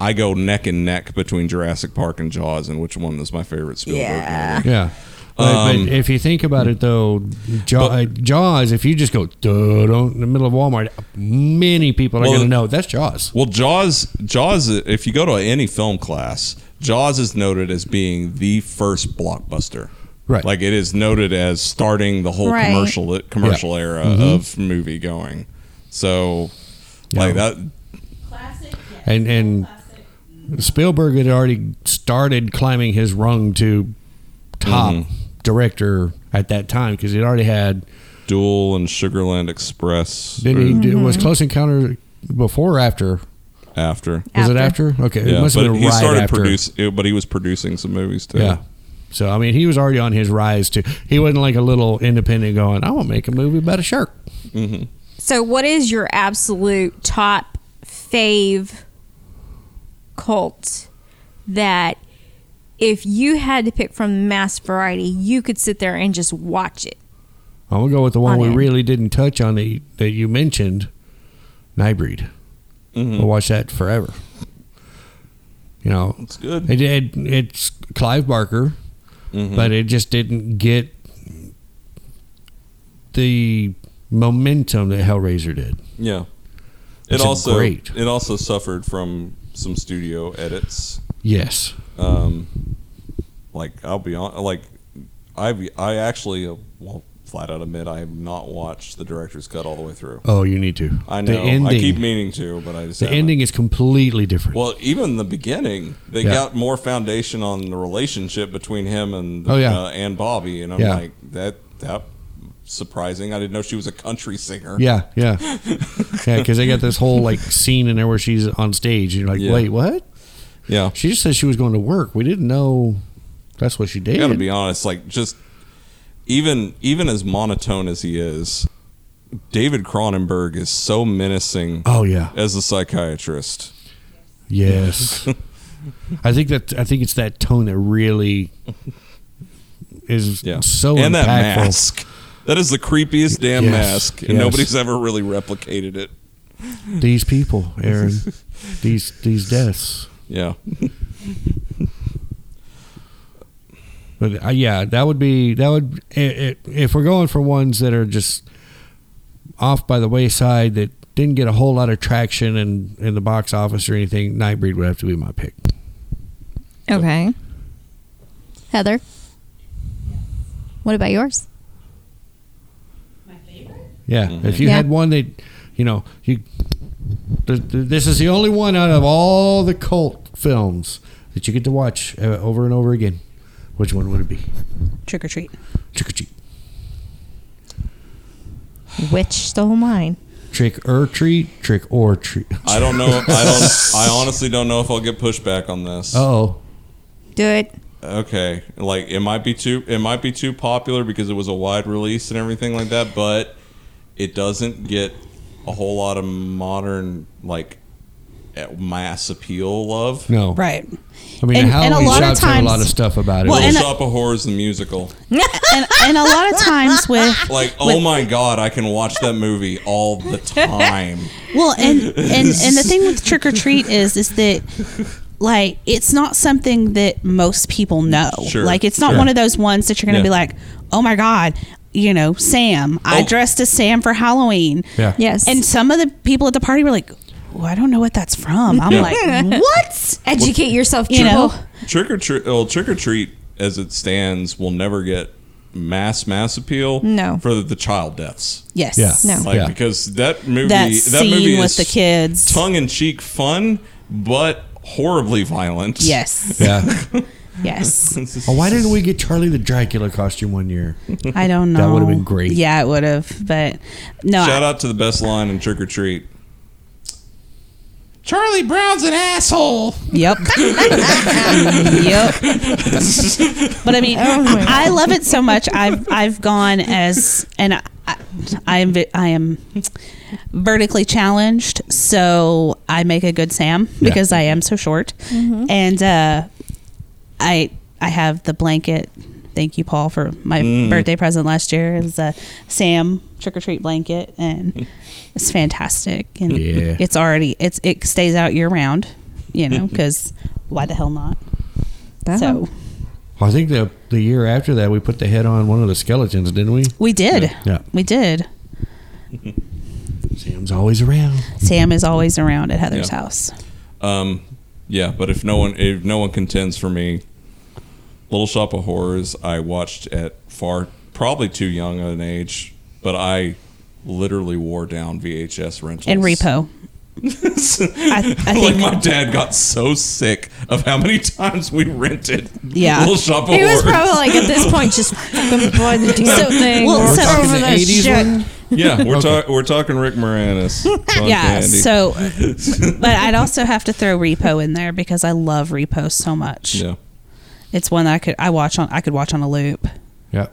S4: I go neck and neck between Jurassic Park and Jaws, and which one is my favorite Spielberg
S5: Yeah.
S4: movie?
S2: Yeah. But,
S4: Um,
S2: but if you think about it, though, Jaw,
S4: But-
S2: uh, Jaws, if you just go duh, don't, in the middle of Walmart, many people are
S4: Well,
S2: going to know that's Jaws.
S4: Well, Jaws, Jaws. If you go to any film class, Jaws is noted as being the first blockbuster.
S2: Right.
S4: Like it is noted as starting the whole
S5: Right.
S4: commercial uh, commercial era
S2: Mm-hmm.
S4: of movie going. So, like that.
S6: classic, yeah,
S2: And, and
S6: classic.
S2: Spielberg had already started climbing his rung to top director at that time because he'd already had.
S4: Duel and Sugarland Express
S2: Did he do, was Close Encounter before or after?
S4: after.
S2: Was it
S5: After.
S2: after? Okay, it
S4: Yeah,
S2: must have
S4: but
S2: been
S4: he
S2: right
S4: started
S2: after.
S4: producing. But he was producing some movies too.
S2: Yeah. So I mean, he was already on his rise to. He wasn't like a little independent going, "I want to make a movie about a shark."
S5: So, what is your absolute top fave cult that if you had to pick from mass variety, you could sit there and just watch it.
S2: I'm gonna go with the one
S5: On
S2: we
S5: it.
S2: really didn't touch on that you, that you mentioned, Nybreed.
S4: Mm-hmm.
S2: We'll watch that forever. You know,
S4: It's good.
S2: it, it it's Clive Barker,
S4: Mm-hmm.
S2: but it just didn't get the momentum that Hellraiser did.
S4: Yeah.
S2: Which
S4: It
S2: is
S4: also
S2: great.
S4: it also suffered from some studio edits.
S2: Yes,
S4: Um, like I'll be on like I've I actually uh, well flat out admit I have not watched the director's cut all the way through.
S2: Oh, you need to.
S4: I
S2: The
S4: know
S2: ending,
S4: I keep meaning to, but I just
S2: the
S4: haven't.
S2: ending is completely different.
S4: Well, even the beginning, they
S2: Yeah.
S4: got more foundation on the relationship between him and
S2: Oh, yeah.
S4: uh, and Bobby, and I'm
S2: Yeah.
S4: like that that surprising. I didn't know she was a country singer.
S2: yeah, yeah, yeah. Because they got this whole like scene in there where she's on stage. And you're like,
S4: Yeah.
S2: wait, what?
S4: yeah.
S2: She just said she was going to work. We didn't know that's what she did.
S4: I gotta be honest, like just even even as monotone as he is, David Cronenberg is so menacing
S2: oh yeah,
S4: as a psychiatrist.
S2: yes. I think that I think it's that tone that really is
S4: Yeah,
S2: so
S4: and
S2: impactful.
S4: that mask. That is the creepiest damn
S2: Yes,
S4: mask, and
S2: yes.
S4: nobody's ever really replicated it.
S2: These people, Aaron, these these deaths.
S4: Yeah,
S2: But uh, yeah, that would be that would i- i- if we're going for ones that are just off by the wayside that didn't get a whole lot of traction in in the box office or anything. Nightbreed would have to be my pick.
S5: Okay. Heather, what about yours?
S6: My favorite?
S2: Yeah, if you
S5: Yeah.
S2: had one that you know you th- th- this is the only one out of all the cult films that you get to watch uh, over and over again. Which one would it be?
S3: Trick or treat.
S2: Trick or treat.
S1: Which stole mine?
S2: Trick or treat. Trick or treat.
S4: I don't know. I don't. I honestly don't know if I'll get pushback on this.
S2: Oh,
S1: Do it.
S4: Okay, like it might be too. It might be too popular because it was a wide release and everything like that. But it doesn't get a whole lot of modern like eh, mass appeal love.
S2: no.
S3: Right.
S2: I mean,
S3: And- and a
S2: Halloween
S3: lot of
S2: Shop said a lot
S3: times-
S2: of stuff about it.
S3: Well,
S4: Little
S3: and a-
S4: Shop of Horrors the musical.
S3: And, and a lot of times with
S4: Like, oh my god, I can watch that movie all the time.
S3: Well, and and and the thing with trick or treat is is that like it's not something that most people know.
S4: Sure,
S3: like it's not
S4: sure.
S3: one of those ones that you're going to
S4: Yeah.
S3: be like, "Oh my god, you know, Sam, I
S4: Oh.
S3: dressed as Sam for Halloween."
S2: Yeah.
S5: Yes.
S3: And some of the people at the party were like, "Oh, I don't know what that's from." I'm
S4: Yeah.
S3: like, "What?"
S5: Educate yourself,
S3: You know.
S5: Triple.
S4: Trick or treat. Well, trick or treat as it stands will never get mass mass appeal.
S5: No.
S4: for the child deaths.
S3: Yes.
S2: Yeah.
S5: No.
S4: Like
S2: Yeah.
S4: because that movie,
S3: That
S4: that, movie
S3: scene with
S4: is
S3: the kids.
S4: tongue in cheek fun, but horribly violent.
S3: Yes.
S2: yeah.
S3: Yes.
S2: Oh, why didn't we get Charlie the Dracula costume one year?
S3: I don't know.
S2: That would've been great.
S3: Yeah, it would have. But no,
S4: Shout
S3: I,
S4: out to the best line in Trick or Treat. Charlie Brown's an asshole.
S3: Yep. yep. But I mean, I love it so much. I've I've gone as and I, I am vi- I am vertically challenged, so I make a good Sam because I am so short, and uh, I I have the blanket. Thank you, Paul, for my birthday present last year. It was a Sam trick or treat blanket, and it's fantastic. And
S2: Yeah.
S3: it's already it's it stays out year round, you know, because why the hell not? So
S2: I think the the year after that we put the head on one of the skeletons, didn't we?
S3: we did,
S2: Yeah.
S3: we did.
S2: Sam's always around.
S3: Sam is always around at Heather's
S4: Yeah.
S3: house.
S4: Um, yeah, but if no one if no one contends for me, Little Shop of Horrors, I watched at far probably too young of an age, but I literally wore down VHS rentals
S3: And Repo. I, I
S4: like
S3: think
S4: my dad got so sick of how many times we rented
S3: Yeah.
S4: Little Shop of
S5: He
S4: Horrors.
S5: was probably like at this point just fucking boy to do something.
S3: well,
S5: We're
S3: so-
S5: over
S3: Talking
S2: the
S5: that
S2: 80s
S5: shit.
S2: one?
S4: yeah, we're
S2: Okay.
S4: talking we're talking Rick Moranis. Fun
S3: yeah.
S4: candy.
S3: So, but I'd also have to throw Repo in there because I love Repo so much.
S4: yeah.
S3: It's one that I could I watch on I could watch on a loop.
S2: Yeah.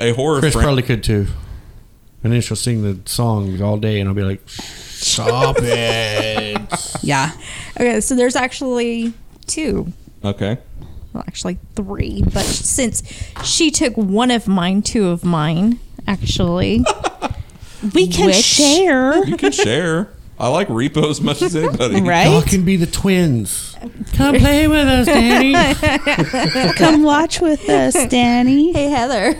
S4: A horror
S2: Chris
S4: fran-
S2: probably could too. And then she'll sing the song all day, and I'll be like, "Stop it!"
S3: Yeah.
S5: Okay, so there's actually two
S4: Okay.
S5: well, actually three, but since she took one of mine, two of mine, actually.
S3: We can
S5: Which-
S3: share.
S4: You can share. I like repo as much as anybody.
S2: Y'all
S3: Right?
S2: can be the twins. Come play with us, Danny.
S3: Come watch with us, Danny.
S5: hey, Heather.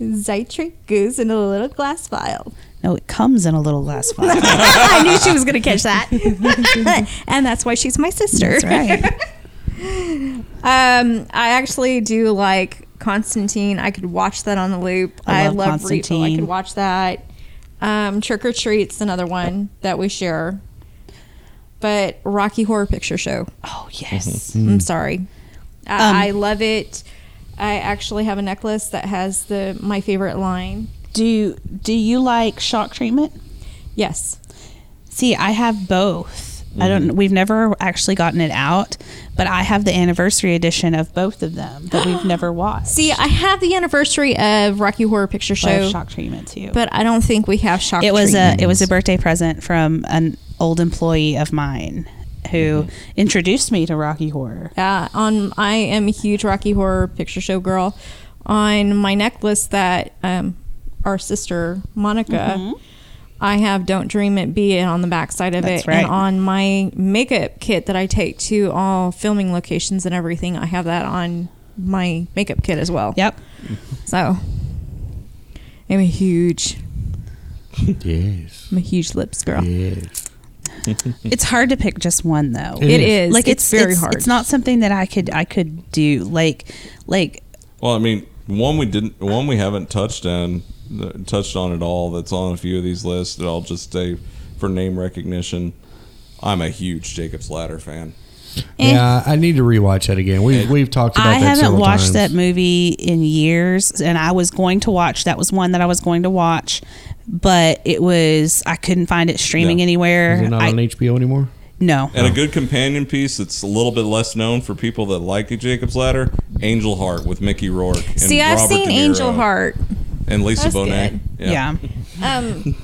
S5: Zytric goes in a little glass vial.
S3: No, it comes in a little glass vial.
S5: I knew she was going to catch that. and that's why she's my sister.
S3: That's right.
S5: Um, I actually do like Constantine. I could watch that on the loop.
S3: I
S5: I,
S3: love
S5: love, Repo. I
S3: Constantine.
S5: could watch that. Um, Trick or Treat's another one that we share. But Rocky Horror Picture Show.
S3: Oh yes.
S5: I'm sorry. I,
S3: Um,
S5: I love it. I actually have a necklace that has the my favorite line.
S3: Do do you like shock treatment?
S5: Yes.
S3: See, I have both. I don't. We've never actually gotten it out, but I have the anniversary edition of both of them that we've never watched.
S5: See, I have the anniversary of Rocky Horror Picture
S3: I have
S5: Show,
S3: shock treatment too.
S5: but I don't think we have shock.
S3: it was
S5: treatment.
S3: a it was a birthday present from an old employee of mine who introduced me to Rocky Horror.
S5: Yeah, on Um, I am a huge Rocky Horror Picture Show girl. On my necklace that um, our sister Monica, I have "Don't Dream It, Be It" on the backside of
S3: Mm-hmm. That's
S5: it,
S3: right.
S5: and on my makeup kit that I take to all filming locations and everything, I have that on my makeup kit as well.
S3: Yep.
S5: So I'm a huge,
S2: yes.
S5: I'm a huge lips girl.
S2: Yes.
S3: It's hard to pick just one though.
S5: It is
S3: Like it's,
S5: very
S3: it's-
S5: hard.
S3: It's not something that I could I could do like like
S4: Well, I mean, one we didn't, one we haven't touched on, touched on at all. That's on a few of these lists. That I'll just say for name recognition. I'm a huge Jacob's Ladder fan.
S2: Yeah, I need to rewatch that again. We've we've talked about that
S3: I haven't
S2: several
S3: watched
S2: times.
S3: that movie in years, and I was going to watch. That was one that I was going to watch, but it was I couldn't find it streaming
S4: Yeah.
S3: anywhere.
S2: Is it not
S3: I,
S2: on HBO anymore?
S3: no,
S4: And a good companion piece that's a little bit less known for people that like Jacob's Ladder, Angel Heart with Mickey Rourke. And
S5: See, I've
S4: Robert
S5: seen
S4: De Niro
S5: Angel Heart.
S4: and Lisa
S5: That's
S4: Bonet.
S5: good.
S3: yeah.
S5: um,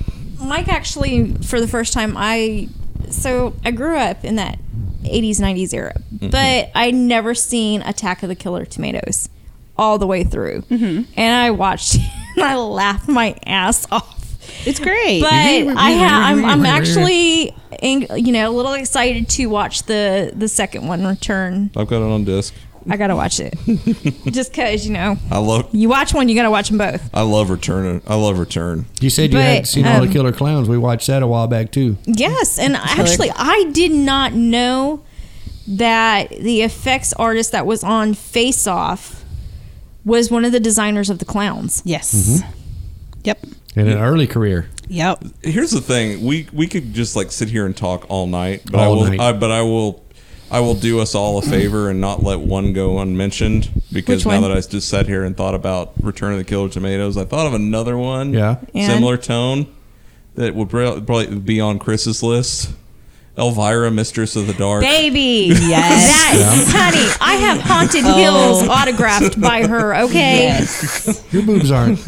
S5: Mike actually, for the first time, I so I grew up in that 80s, 90s era, but I never seen Attack of the Killer Tomatoes all the way through, and I watched and I laughed my ass off.
S3: it's great.
S5: But I ha- I'm, I'm actually, ang- you know, a little excited to watch the the second one return.
S4: I've got it on disc.
S5: I gotta watch it just because you know
S4: I love,
S5: you watch one, you gotta watch them both.
S4: I love Return. I love Return.
S2: You said you
S5: But,
S2: had seen all the
S5: um,
S2: Killer Clowns. We watched that a while back too.
S5: Yes, and actually, I did not know that the effects artist that was on Face Off was one of the designers of the
S2: Mm-hmm.
S5: clowns.
S3: yes. Yep.
S2: In an early career,
S3: Yep.
S4: here's the thing we we could just like sit here and talk all night but
S2: All
S4: i will
S2: night.
S4: I, but i will i will do us all a favor and not let one go unmentioned because
S5: Which
S4: now
S5: one?
S4: that i just sat here and thought about return of the killer tomatoes i thought of another one
S2: Yeah.
S5: And?
S4: similar tone that would prob- probably be on chris's list elvira mistress of the dark
S5: Baby,
S3: Yes.
S5: that honey, I have Haunted Hills autographed by her. Okay,
S2: your boobs aren't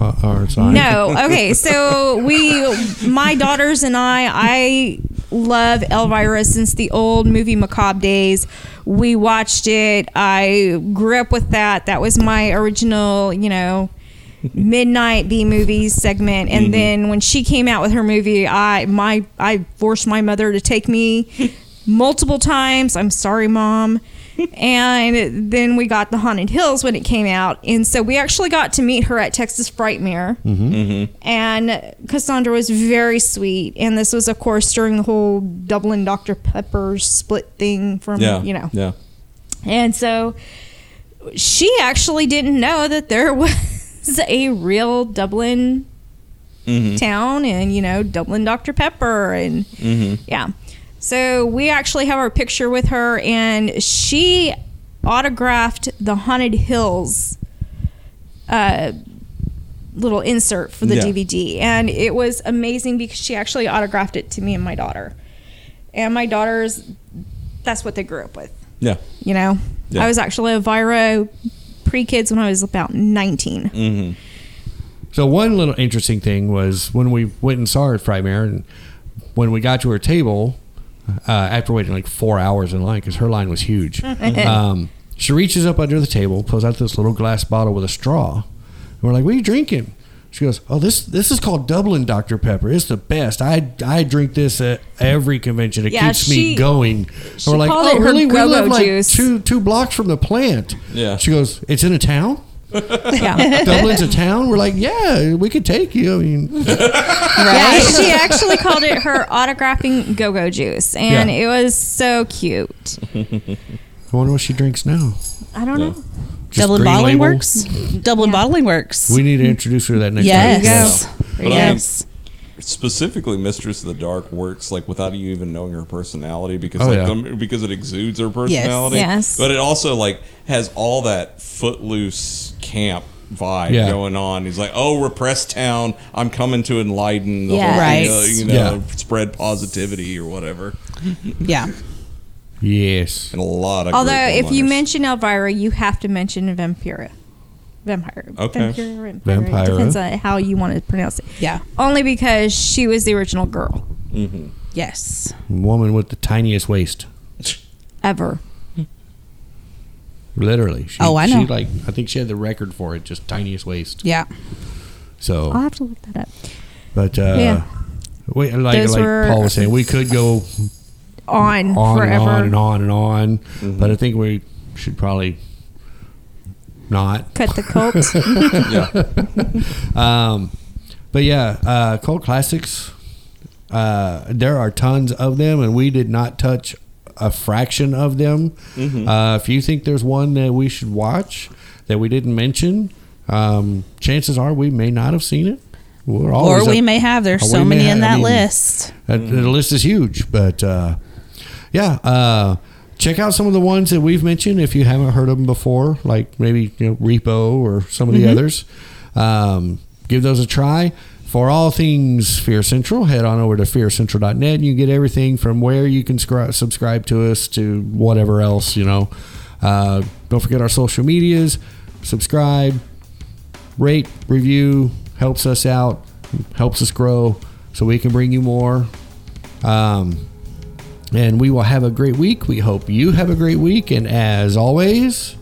S2: uh, aren't sorry.
S5: no, okay, so we, my daughters and I, I love Elvira since the old movie Macabre days. We watched it. I grew up with that. That was my original, you know, midnight B movies segment. And then when she came out with her movie, I my I forced my mother to take me multiple times. I'm sorry, mom. And then we got the Haunted Hills when it came out, and so we actually got to meet her at Texas Frightmare.
S4: Mm-hmm.
S5: Mm-hmm. And Cassandra was very sweet, and this was, of course, during the whole Dublin Dr Pepper split thing from
S4: yeah
S5: you know,
S4: yeah
S5: and so she actually didn't know that there was a real Dublin
S4: Mm-hmm.
S5: town and, you know, Dublin Dr. Pepper. And
S4: Mm-hmm.
S5: yeah. So we actually have our picture with her, and she autographed the Haunted Hills uh, little insert for the
S4: Yeah.
S5: DVD. And it was amazing because she actually autographed it to me and my daughter. And my daughters, that's what they grew up with
S4: yeah
S5: you know
S4: Yeah.
S5: i was actually a viro pre-kids when i was about 19
S4: Mm-hmm.
S2: So one little interesting thing was when we went and saw her at Frymere, and when we got to her table, uh, after waiting like four hours in line because her line was huge. um, she reaches up under the table, pulls out this little glass bottle with a straw. And we're like, "What are you drinking?" She goes, "Oh, this this is called Dublin Dr Pepper. It's the best. I I drink this at every convention. It
S5: Yeah,
S2: keeps me
S5: she-
S2: going." And we're like,
S5: called
S2: "Oh,
S5: it her
S2: really? We
S5: go-go
S2: live like
S5: juice."
S2: two two blocks from the plant."
S4: Yeah.
S2: She goes, "It's in a town."
S5: Yeah.
S2: Dublin's a town. We're like, yeah, we could take you. I mean,
S5: yeah. She actually called it her autographing go go juice. And
S2: Yeah.
S5: it was so cute.
S2: I wonder what she drinks now.
S5: I don't know.
S2: Just
S3: Dublin
S2: Green
S3: Bottling
S2: Label?
S3: Works. Dublin Bottling Works.
S2: We need to introduce her to that next time.
S3: yes.
S4: But I mean,
S3: Yes.
S4: specifically mistress of the dark works like without you even knowing her personality because
S2: Oh,
S4: like
S2: yeah.
S4: some- because it exudes her personality
S5: Yes.
S4: but it also like has all that footloose camp vibe
S2: Yeah.
S4: going on he's like oh repressed town i'm coming to enlighten the
S5: Yes.
S4: whole
S3: Right.
S4: uh, you know
S2: Yeah.
S4: spread positivity or whatever
S3: Yeah.
S2: Yes.
S4: and a lot of
S5: Although,
S4: great
S5: if you
S4: one-liners.
S5: mention Elvira, you have to mention Vampira. Vampire.
S4: Okay.
S5: Vampira. Vampira.
S2: Vampira.
S5: It depends on how you want to pronounce it.
S3: Yeah.
S5: Only because she was the original girl
S3: Yes.
S2: Woman with the tiniest waist.
S5: ever.
S2: Literally. She,
S3: Oh, I know.
S2: She like, I think she had the record for it, just tiniest waist.
S3: Yeah.
S5: I'll
S2: So,
S5: have to look that up.
S2: but uh,
S5: Yeah.
S2: we, like,
S5: Those
S2: like
S5: were-
S2: Paul was saying, we could go
S5: On,
S2: on
S5: forever.
S2: and on and on and on, but I think we should probably not.
S5: Cut the cult.
S2: Um, but yeah, uh, cult classics. Uh, there are tons of them, and we did not touch a fraction of them. Uh, if you think there's one that we should watch that we didn't mention, um, chances are we may not have seen it. We're always
S3: Or we
S2: up-
S3: may have. There's
S2: or
S3: so
S2: we may
S3: many in that
S2: have- I mean,
S3: list.
S2: that- The list is huge, but uh, yeah. Uh, check out some of the ones that we've mentioned if you haven't heard of them before, like maybe you know, Repo or some of the others. Um, give those a try. For all things Fear Central, head on over to fearcentral.net and you get everything from where you can scri- subscribe to us to whatever else, you know. Uh, don't forget our social medias, subscribe, rate, review, helps us out, helps us grow so we can bring you more. Um, and we will have a great week. We hope you have a great week. And as always,